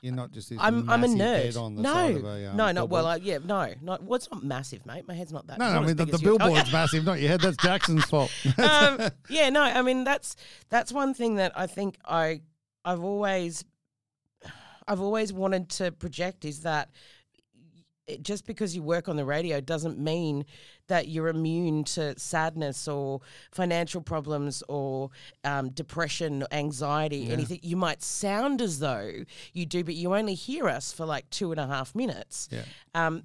C: You're not just this
D: I'm I'm a
C: massive
D: nerd.
C: head on the
D: no,
C: side of a um,
D: no, not well.
C: billboard.
D: Like, yeah, no, not well. It's not massive, mate. My head's not that.
C: no,
D: it's
C: no,
D: not
C: I
D: as
C: mean the,
D: big
C: the
D: as yours. Oh,
C: billboard's massive, not your head. That's Jackson's fault.
D: um, yeah, no, I mean that's that's one thing that I think I I've always I've always wanted to project is that it, just because you work on the radio doesn't mean that you're immune to sadness or financial problems or um, depression, anxiety, anything. You might sound as though you do, but you only hear us for like two and a half minutes
C: yeah.
D: um,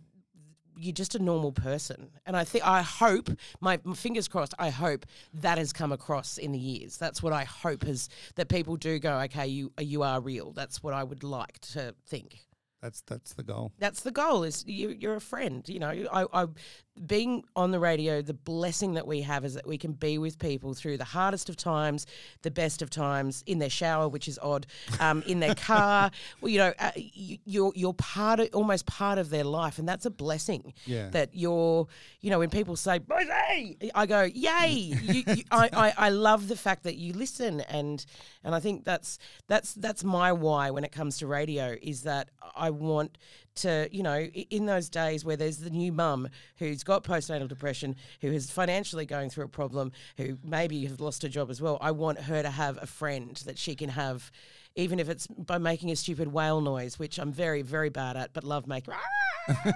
D: you're just a normal person. And I think, I hope, my, my fingers crossed, I hope that has come across in the years. That's what I hope is that people do go, okay, you, uh, you are real. That's what I would like to think
C: That's that's the goal.
D: that's the goal is you, you're a friend you know I, I being on the radio the blessing that we have is that we can be with people through the hardest of times the best of times in their shower which is odd um, in their car well, you know uh, you, you're you're part of almost part of their life and that's a blessing
C: Yeah.
D: that you're you know when people say Jose, I go yay you, you, I, I, I love the fact that you listen and and I think that's that's that's my why when it comes to radio is that I want to you know i- in those days where there's the new mum who's got postnatal depression who is financially going through a problem who maybe have lost her job as well I want her to have a friend that she can have even if it's by making a stupid whale noise which I'm very very bad at but love making i-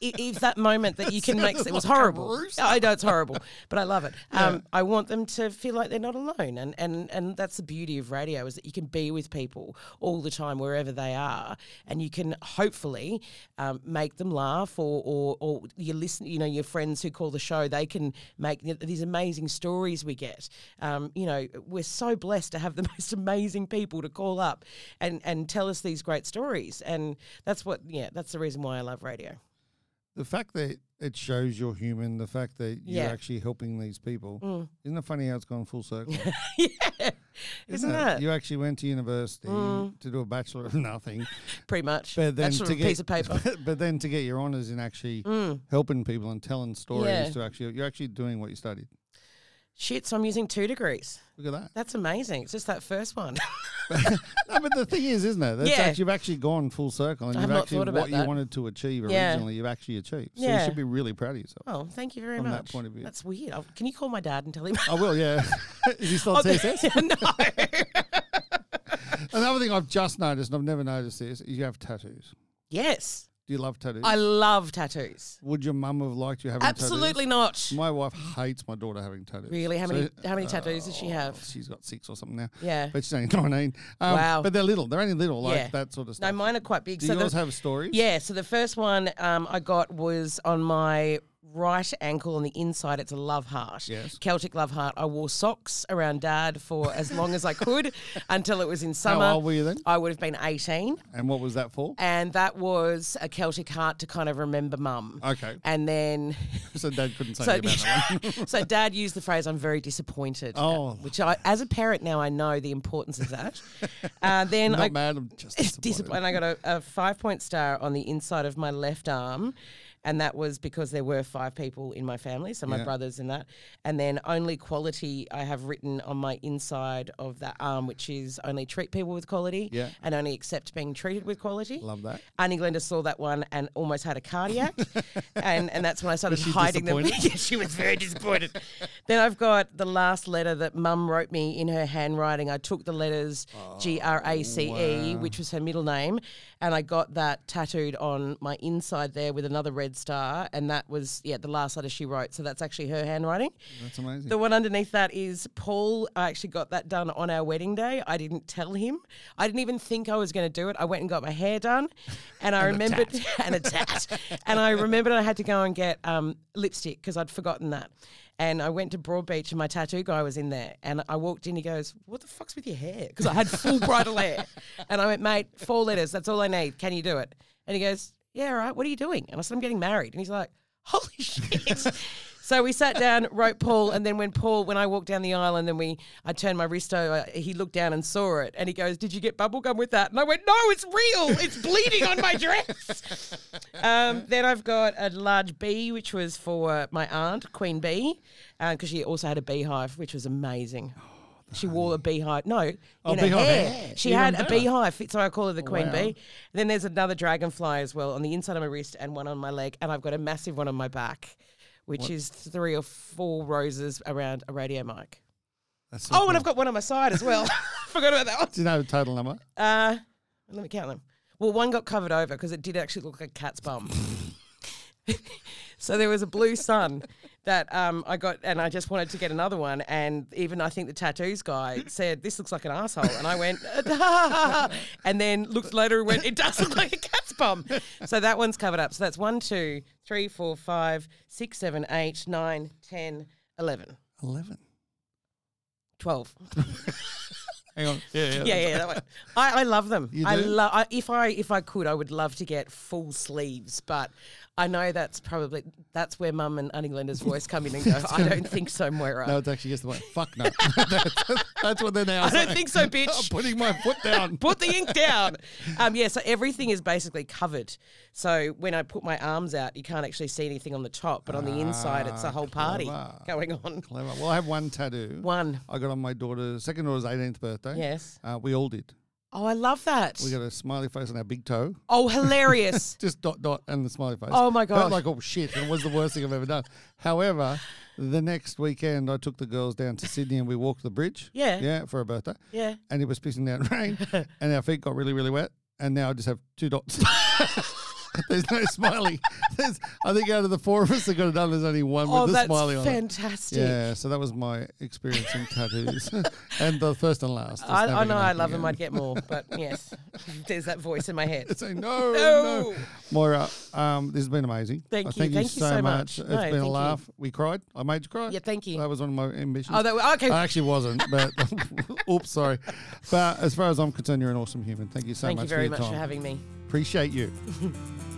D: if that moment that you can make it was horrible. I know it's horrible, but I love it. Um, I want them to feel like they're not alone, and and and that's the beauty of radio is that you can be with people all the time wherever they are, and you can hopefully um, make them laugh, or or or you listen, you know, your friends who call the show, they can make th- these amazing stories we get. Um, you know, we're so blessed to have the most amazing people to call up and and tell us these great stories, and that's what yeah, that's the reason why I love radio.
C: The fact that it shows you're human, the fact that you're
D: Yeah. Mm.
C: actually helping these people, isn't it funny how it's gone full circle?
D: Isn't Mm. that
C: You actually went to university to do a bachelor of nothing,
D: pretty much?
C: but then
D: That's
C: to
D: a
C: get
D: piece of paper. Mm.
C: But, then to get your honors in actually helping people and telling stories
D: Yeah.
C: to actually you're actually doing what you studied.
D: Shit, so I'm using two degrees.
C: Look at that.
D: That's amazing. It's just that first one.
C: No, but the thing is, isn't it? That's
D: Yeah.
C: actually, you've actually gone full circle, and
D: I
C: you've
D: have not
C: actually
D: thought about
C: what you
D: that.
C: wanted to achieve
D: Yeah.
C: originally, you've actually achieved. So you
D: Yeah.
C: should be really proud of yourself.
D: oh, thank you very
C: From
D: much.
C: that point of view.
D: That's weird. I'll, can you call my dad and tell him?
C: I will, yeah. is he still
D: Oh,
C: at TSS?
D: no.
C: Another thing I've just noticed, and I've never noticed this, is you have tattoos.
D: Yes,
C: Do you love tattoos?
D: I love tattoos.
C: Would your mum have liked you having
D: Absolutely
C: tattoos?
D: not.
C: My wife hates my daughter having tattoos.
D: Really? How
C: So,
D: many how many tattoos does she
C: oh,
D: have?
C: she's got six or something now.
D: Yeah.
C: But she's only 19. Um,
D: Wow.
C: But they're little. They're only little, like
D: Yeah.
C: that sort of stuff.
D: No, mine are quite big.
C: Do
D: so
C: yours
D: the,
C: have stories?
D: yeah. So the first one um, I got was on my right ankle on the inside. It's a love heart.
C: Yes.
D: Celtic love heart. I wore socks around dad for as long as I could until it was in
C: How
D: summer.
C: old were you then?
D: I would have been 18,
C: And what was that for?
D: and that was a Celtic heart to kind of remember mum.
C: Okay.
D: And then,
C: So dad couldn't say
D: so,
C: anything about that.
D: so dad used the phrase, I'm very disappointed.
C: Oh.
D: Which I, as a parent now, I know the importance of that. uh, then
C: Not
D: I,
C: mad, I'm just
D: it's
C: disappointed.
D: disappointing. I got a, a five point star on the inside of my left arm. And that was because there were five people in my family, so my
C: Yeah.
D: brothers and that. And then only quality I have written on my inside of that arm, which is only treat people with quality
C: Yeah.
D: and only accept being treated with quality.
C: Love that.
D: Annie Glenda saw that one and almost had a cardiac, and and that's when I started
C: Was she
D: hiding them.
C: disappointed?
D: yeah, she was very disappointed. then I've got the last letter that Mum wrote me in her handwriting. I took the letters
C: Oh,
D: G R A C E, which was her middle name, and I got that tattooed on my inside there with another red star, and that was yeah the last letter she wrote. So that's actually her handwriting.
C: That's amazing.
D: The one underneath that is Paul. I actually got that done on our wedding day. I didn't tell him. I didn't even think I was going to do it. I went and got my hair done, and I remembered and a tat. and I remembered I had to go and get um, lipstick because I'd forgotten that. And I went to Broadbeach and my tattoo guy was in there. And I walked in. He goes, "What the fuck's with your hair?" Because I had full bridal hair. And I went, "Mate, four letters. That's all I need. Can you do it?" And he goes, "Yeah, all right. What are you doing?" And I said, "I'm getting married." And he's like. holy shit. so we sat down, wrote Paul, and then when Paul, when I walked down the aisle and then we, I turned my wrist over, he looked down and saw it and he goes, did you get bubblegum with that? And I went, no, it's real. It's bleeding on my dress. Um, then I've got a large bee, which was for my aunt, Queen Bee, because she also had a beehive, which was amazing. She wore a beehive. No, in
C: Oh,
D: her
C: beehive
D: hair.
C: hair.
D: She
C: Even
D: had a
C: better.
D: beehive, so I call her the queen
C: wow.
D: bee. And then there's another dragonfly as well on the inside of my wrist and one on my leg, and I've got a massive one on my back, which is three or four roses around a radio mic.
C: That's so
D: Oh,
C: cool.
D: and I've got one on my side as well. Forgot about that one.
C: Do you know the total number?
D: Uh, let me count them. Well, one got covered over because it did actually look like a cat's bum. so there was a blue sun that um, I got, and I just wanted to get another one. And even I think the tattoos guy said, This looks like an asshole. And I went, and then looked later and went, It does look like a cat's bum. So that one's covered up. So that's one, two, three, four, five, six, seven, eight, nine, ten, eleven,
B: 11.
D: twelve.
C: Hang on. Yeah,
D: yeah, yeah, that one. I, I love them.
C: You
D: I
C: do?
D: love. I, if I if I could, I would love to get full sleeves, but I know that's probably that's where Mum and Annie Glenda's voice come in and go. I don't think so, Moira.
C: No, it's actually just the one. Fuck no. that's, that's what they're now
D: I don't
C: saying.
D: think so,
C: I'm
D: bitch.
C: putting my foot down.
D: Put the ink down. Um, yeah, so everything is basically covered. So when I put my arms out, you can't actually see anything on the top, but on the inside, it's a whole party
C: Ah, clever.
D: going on.
C: Clever. Well, I have one tattoo.
D: One.
C: I got on my daughter's second daughter's 18th birthday.
D: Yes.
C: Uh, we all did.
D: Oh, I love that.
C: We got a smiley face on our big toe.
D: Oh, hilarious.
C: Just dot dot and the smiley face.
D: Oh, my
C: Felt
D: gosh.
C: like oh shit, and it was the worst thing I've ever done. However, the next weekend I took the girls down to Sydney and we walked the bridge.
D: Yeah.
C: Yeah, for her birthday.
D: yeah.
C: And it was pissing down rain and our feet got really, really wet. And now I just have two dots. There's no smiley. There's, I think out of the four of us that got it done, there's only one
D: Oh,
C: with the
D: that's
C: smiley on it.
D: fantastic.
C: Yeah, so that was my experience in tattoos, and the first and last. It's never
D: I, I know
C: gonna
D: I
C: happen
D: love them.
C: again.
D: I'd get more, but yes, there's that voice in my head.
C: It's like no, no,
D: No.
C: Moira. Um, this has been amazing. I
D: Thank you. Thank you so much.
C: It's been
D: No, thank
C: a
D: you.
C: laugh. We cried. I made you cry.
D: Yeah, thank you.
C: That was one of my ambitions.
D: Oh, that, okay.
C: I actually wasn't, but oops, sorry. But as far as I'm concerned, you're an awesome human. Thank you so
D: Thank
C: much
D: you very
C: for your
D: much
C: time.
D: for having me.
C: Appreciate you.